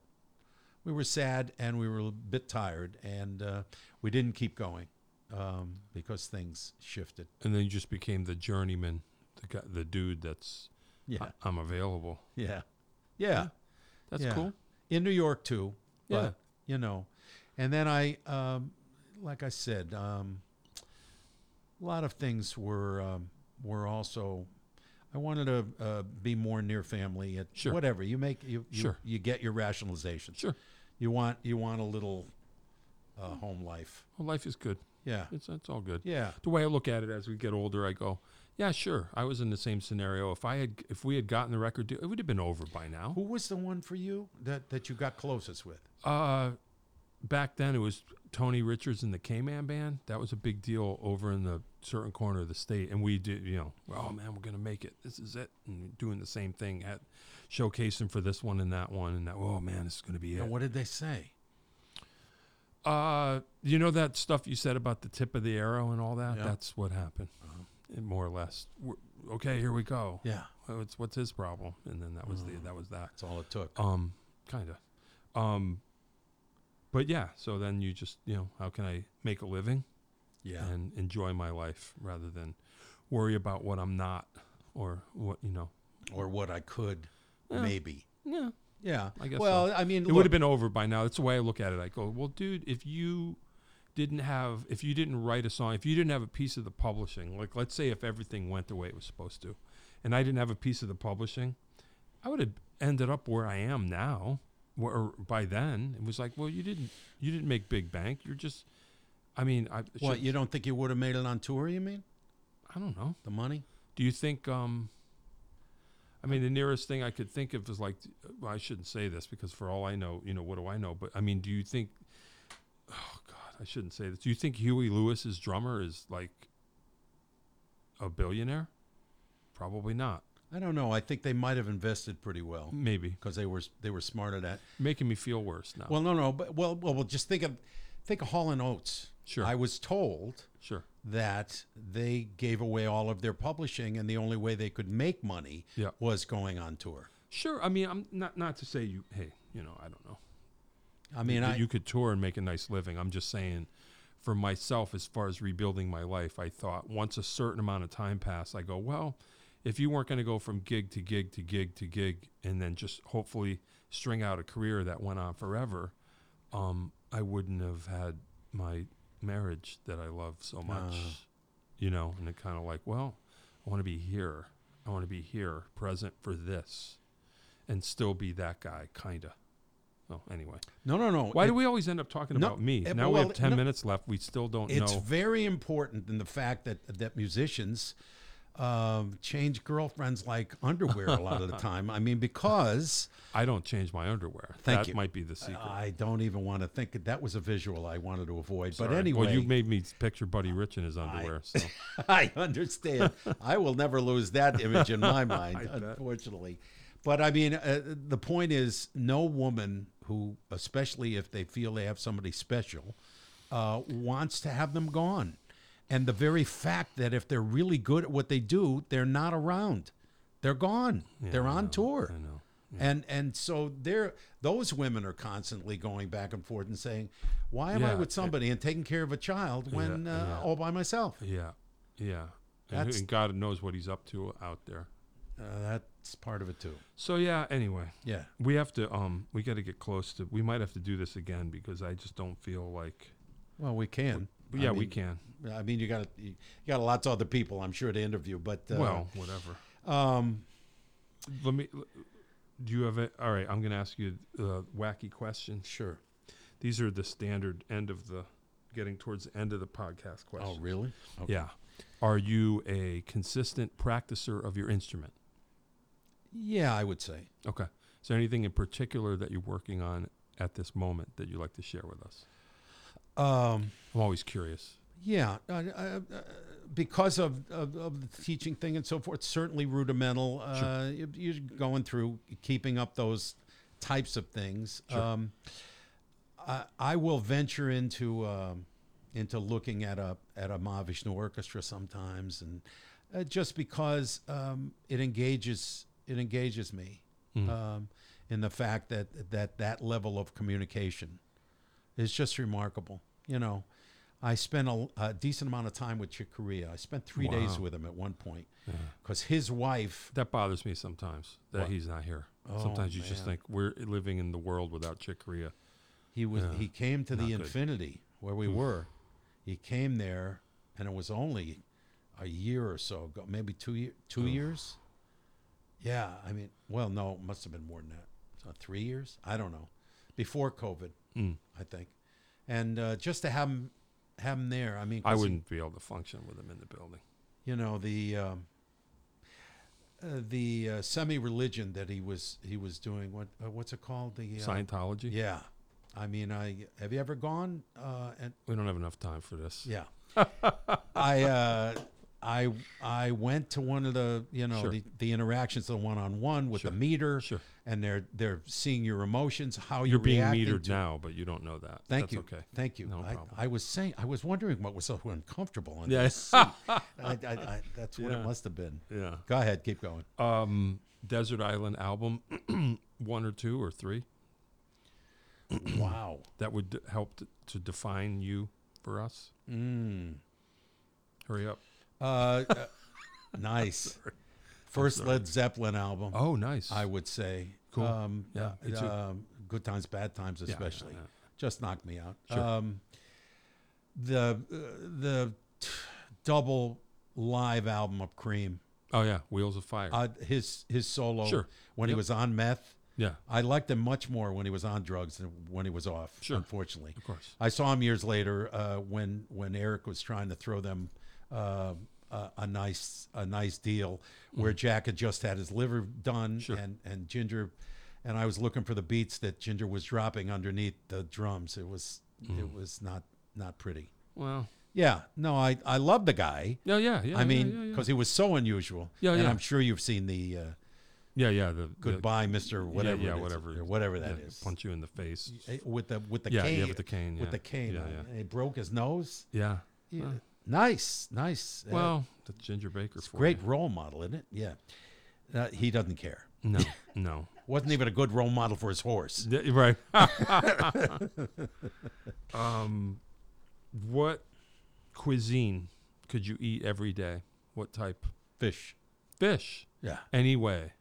We were sad and we were a bit tired, and uh, we didn't keep going um, because things shifted.
And then you just became the journeyman, the guy, the dude that's
Yeah.
I, am available.
Uh, Yeah. Yeah.
That's
yeah.
cool.
In New York too. But,
Yeah.
You know, and then I, um, like I said, um, a lot of things were um, were also. I wanted to uh, be more near family. At
Sure.
Whatever you make, you you,
Sure.
you get your rationalizations.
Sure.
You want you want a little uh, home life.
Well, life is good.
Yeah.
It's it's all good.
Yeah.
The way I look at it as we get older, I go, yeah, sure. I was in the same scenario. If I had, if we had gotten the record, deal, it would have been over by now.
Who was the one for you that that you got closest with?
Uh, back then it was Tony Richards and the K-Man band. That was a big deal over in the certain corner of the state. And we did, you know, oh man, we're gonna make it. This is it. And doing the same thing at showcasing for this one and that one and that. Oh man, this is gonna be it.
And what did they say?
Uh, you know that stuff you said about the tip of the arrow and all that.
Yeah. Uh-huh.
That's what happened, And more or less. We're, okay, here we go.
Yeah. Mm.
Well, it's what's his problem, and then that was the that was that.
That's all it took.
Um, kind of. Um, but yeah. So then you just you know how can I make a living
Yeah.
and enjoy my life rather than worry about what I'm not or what you know.
or what I could,
Yeah.
maybe.
Yeah.
Yeah,
I guess
Well, I mean,
it would have been over by now. That's the way I look at it. I go, well, dude, if you didn't have, if you didn't write a song, if you didn't have a piece of the publishing, like let's say if everything went the way it was supposed to, and I didn't have a piece of the publishing, I would have ended up where I am now. Where or by then it was like, well, you didn't, you didn't make big bank. You're just, I mean, I
What
should-
you don't think you would have made it on tour? You mean?
I don't know.
The money?
Do you think? Um, I mean, the nearest thing I could think of is like, well, I shouldn't say this because for all I know, you know, what do I know? But I mean, do you think? Oh God, I shouldn't say this. Do you think Huey Lewis's drummer is like a billionaire? Probably not.
I don't know. I think they might have invested pretty well
Maybe
because they were they were smart at that.
making me feel worse now.
Well, no, no, but well, well, well, just think of think of Hall and Oates.
Sure.
I was told
sure.
that they gave away all of their publishing, and the only way they could make money
Yeah.
was going on tour.
Sure. I mean, I'm not not to say you. Hey, you know, I don't know.
I mean,
that
I,
you could tour and make a nice living. I'm just saying, for myself, as far as rebuilding my life, I thought once a certain amount of time passed, I go, well, if you weren't going to go from gig to gig to gig to gig and then just hopefully string out a career that went on forever, um, I wouldn't have had my marriage that I love so
Ah.
much, you know. And it kind of like, well, I want to be here. I want to be here, present for this, and still be that guy, kinda. Oh, anyway.
no, no, no.
Why
it-
do we always end up talking
No,
about me?
eh,
now we
well,
have 10
no.
minutes left. We still don't
It's
know.
very important in the fact that that musicians um, change girlfriends like underwear a lot of the time. I mean, because
I don't change my underwear.
Thank
that
you.
might be the secret.
I don't even want to think that was a visual I wanted to avoid.
All
But
right.
anyway,
Well, you made me picture Buddy Rich in his underwear. so.
I understand. I will never lose that image in my mind,
bet.
unfortunately. But I mean, uh, the point is, no woman who, especially if they feel they have somebody special, uh, wants to have them gone. And the very fact that if they're really good at what they do, they're not around. They're gone. they're
I
on
know.
tour.
I know.
And and so they're those women are constantly going back and forth and saying, "Why am I
Yeah,
with
it-
somebody and taking care of a child when uh,
yeah.
all by myself?"
Yeah. Yeah. And,
That's-
who- and God knows what he's up to out there.
Uh, that's part of it too.
So, yeah, anyway.
Yeah.
We have to, um, we got to get close to, we might have to do this again because I just don't feel like,
Well, we can.
but
I
yeah, we
mean-
can.
I mean, you got you got lots of other people, I'm sure, to interview. But uh,
well, whatever.
um,
Let me, do you have a, all right, I'm going to ask you uh, wacky questions.
sure.
These are the standard end of the getting towards the end of the podcast question.
Oh, really? Okay.
Yeah. Are you a consistent practicer of your instrument?
Yeah, I would say.
Okay. Is there anything in particular that you're working on at this moment that you'd like to share with us?
Um,
I'm always curious.
Yeah, uh, uh, because of, of of the teaching thing and so forth, certainly rudimental. Uh, you- you're going through keeping up those types of things. Um, I, I will venture into um, into looking at a at a Mahavishnu orchestra sometimes, and uh, just because um, it engages it engages me um, in the fact that that that level of communication is just remarkable. You know, I spent a, a decent amount of time with Chick Corea. I spent three days with him at one point because his wife.
That bothers me sometimes that he's not here.
Oh,
sometimes you just think we're living in the world without Chick Corea.
He was he came to the
good. Hmm.
infinity where we were. He came there, and it was only a year or so ago, maybe two year, two years. Yeah, I mean, well, no, it must have been more than that. Uh, three years, I don't know, before COVID,
Hmm.
I think, and uh, just to have him have him there. I mean,
I
'cause he-
wouldn't be able to function with him in the building.
you know the um, uh, the uh, semi-religion that he was he was doing. What uh, what's it called? The uh,
Scientology?
Yeah, I mean, I have you ever gone? Uh, and
We don't have enough time for this.
yeah, I uh, I I went to one of the you know
Sure.
the, the interactions, the one-on-one with the meter,
Sure.
and they're they're seeing your emotions, how
You're being
reacting
metered
to-
now, but you don't know that.
Thank
That's
you.
okay.
Thank you.
No
I,
problem.
I was saying, I was wondering what was so uncomfortable in
Yeah.
this seat. I, I, I, that's what
Yeah.
it must have been.
Yeah.
Go ahead, keep going.
um, Desert Island album, one or two or three,
wow.
that would d- help t- to define you for us?
Mm.
Hurry up.
Uh, uh, nice. First Led Zeppelin album,
Oh, nice.
I would say.
Cool.
Um,
Yeah, it's a-
um, good times, bad times,
yeah,
especially.
yeah.
Just knocked me out.
Sure.
Um, the uh, the t- double live album of Cream.
oh, yeah. Wheels of Fire.
Uh, his his solo
Sure.
when he
Yep.
was on meth.
yeah,
I liked him much more when he was on drugs than when he was off.
Sure.
Unfortunately,
of course.
I saw him years later uh, when when Eric was trying to throw them uh, a, a nice a nice deal
Mm.
where Jack had just had his liver done and and Ginger, and I was looking for the beats that Ginger was dropping underneath the drums. It was it
Mm.
was not not pretty.
Well,
Yeah, no, I I love the guy.
yeah, yeah, yeah.
I
yeah,
mean,
yeah,
because
yeah.
he was so unusual.
Yeah,
and
yeah.
I'm sure you've seen the uh,
yeah, yeah, the the-
goodbye, Mister whatever,
yeah,
it is,
whatever.
or whatever that is.
yeah, punch you in the face.
Eh, with the with the
Yeah,
cane.
yeah, with the cane,
With
yeah.
the cane,
Yeah,
uh,
yeah.
and he broke his nose.
Yeah.
Yeah.
Uh,
Nice, nice. Uh,
well, that's Ginger Baker for
great role model, isn't it? Yeah. Uh, he doesn't care.
you. No, no,
Wasn't even a good role model for his horse.
Yeah, right. um, what cuisine could you eat every day? What type?
Fish.
Fish.
Yeah.
Any way.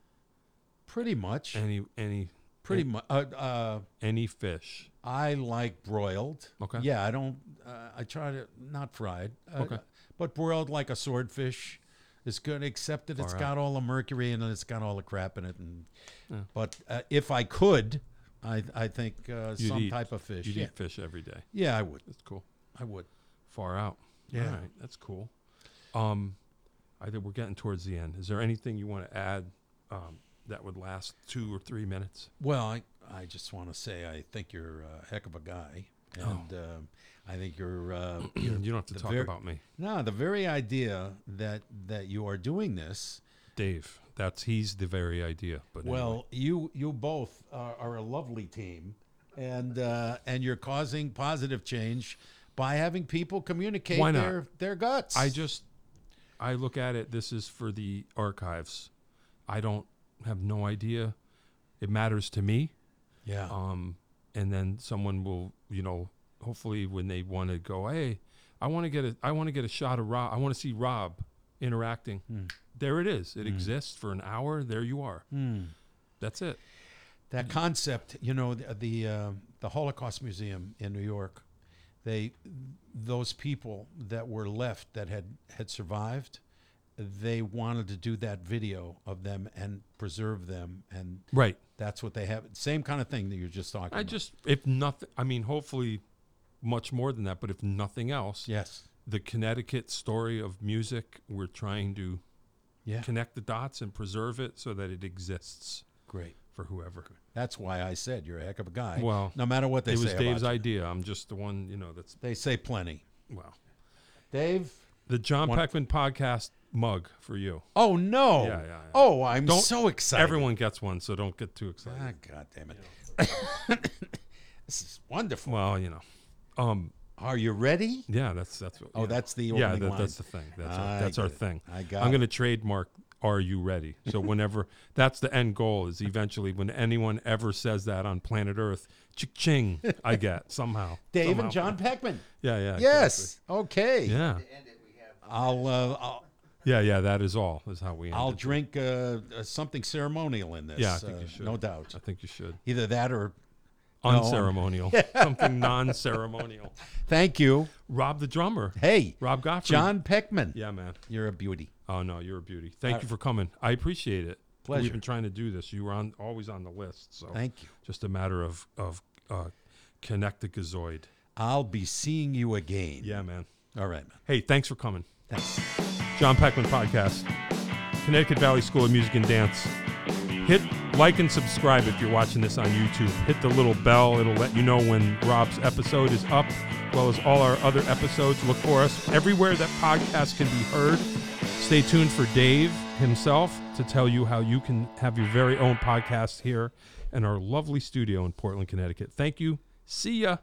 Pretty much.
Any any
Pretty much. Uh, uh,
any fish.
I like broiled.
Okay.
Yeah, I don't. Uh, I try to not fried. Uh,
Okay.
But broiled like a swordfish is good, except that it's
Far out.
got all the mercury and it's got all the crap in it. And
Yeah.
but uh, if I could, I I think uh,
You'd
some
eat-
type of fish.
You'd
yeah.
eat fish every day.
yeah, I would.
That's cool.
I would.
Far out.
Yeah.
All right, that's cool. Um, I think we're getting towards the end. Is there anything you want to add um, that would last two or three minutes?
Well, I I just want to say I think you're a heck of a guy,
Oh.
and um I think you're. Uh,
You
you're
don't have to
the
talk
ver-
about me,
no, the very idea that that you are doing this.
Dave. That's he's the very idea. But anyway.
Well, you you both are, are a lovely team, and uh, and you're causing positive change by having people communicate
Why not?
their their guts.
I just I look at it. This is for the archives. I don't have no idea. It matters to me.
yeah
um, and then someone will you know hopefully when they want to go hey i want to get a i want to get a shot of rob i want to see rob interacting there it is it exists for an hour there you are that's it
that concept. You know the the, uh, the Holocaust Museum in New York. They those people that were left that had had survived, they wanted to do that video of them and preserve them, and
right
that's what they have. Same kind of thing that you're just talking.
i
about.
just if nothing i mean hopefully much more than that but if nothing else
yes
the connecticut story of music we're trying to
yeah
connect the dots and preserve it so that it exists
great.
for whoever
That's why I said you're a heck of a guy.
Well,
no matter what they
it was
say
dave's
about you.
idea i'm just the one you know that's
they say plenty.
wow
Dave.
The John
One-
Peckman podcast mug for you.
Oh no!
Yeah, yeah, yeah.
Oh, I'm
Don't-
so excited.
Everyone gets one, so don't get too excited.
Ah, God damn it! this is wonderful.
Well, you know, um,
Are you ready?
yeah, that's that's. What,
Oh,
yeah.
that's the
yeah,
opening
that,
line.
that's the thing. That's
I
our, that's our
get it.
thing.
I got
I'm
it.
going to trademark. Are you ready? So whenever that's the end goal is eventually when anyone ever says that on planet Earth, ching ching, I get somehow.
Dave
somehow.
and John Peckman.
Yeah, yeah.
Yes. Okay.
exactly. Yeah,
I'll uh, I'll,
yeah, yeah. That is all. Is how we. End
I'll
it.
drink uh, uh, something ceremonial in this.
Yeah, I think you
uh,
should.
No doubt.
I think you should.
Either that or I'm-
Unceremonial. Something non-ceremonial.
thank you.
Rob the drummer.
Hey,
Rob Godfrey.
John Peckman.
Yeah, man.
You're a beauty.
Oh no, you're a beauty. Thank you for coming. I appreciate it.
Pleasure.
We've been trying to do this. You were on always on the list. So
Thank you.
Just a matter of of uh, connect the gazoid.
I'll be seeing you again.
Yeah, man.
All right, man.
Hey, thanks for coming.
Thanks.
John Peckman podcast, Connecticut Valley School of Music and Dance. Hit like and subscribe if you're watching this on YouTube. Hit the little bell, it'll let you know when Rob's episode is up, as well as all our other episodes. Look for us everywhere that podcasts can be heard. Stay tuned for Dave himself to tell you how you can have your very own podcast here in our lovely studio in Portland, Connecticut. Thank you. See ya.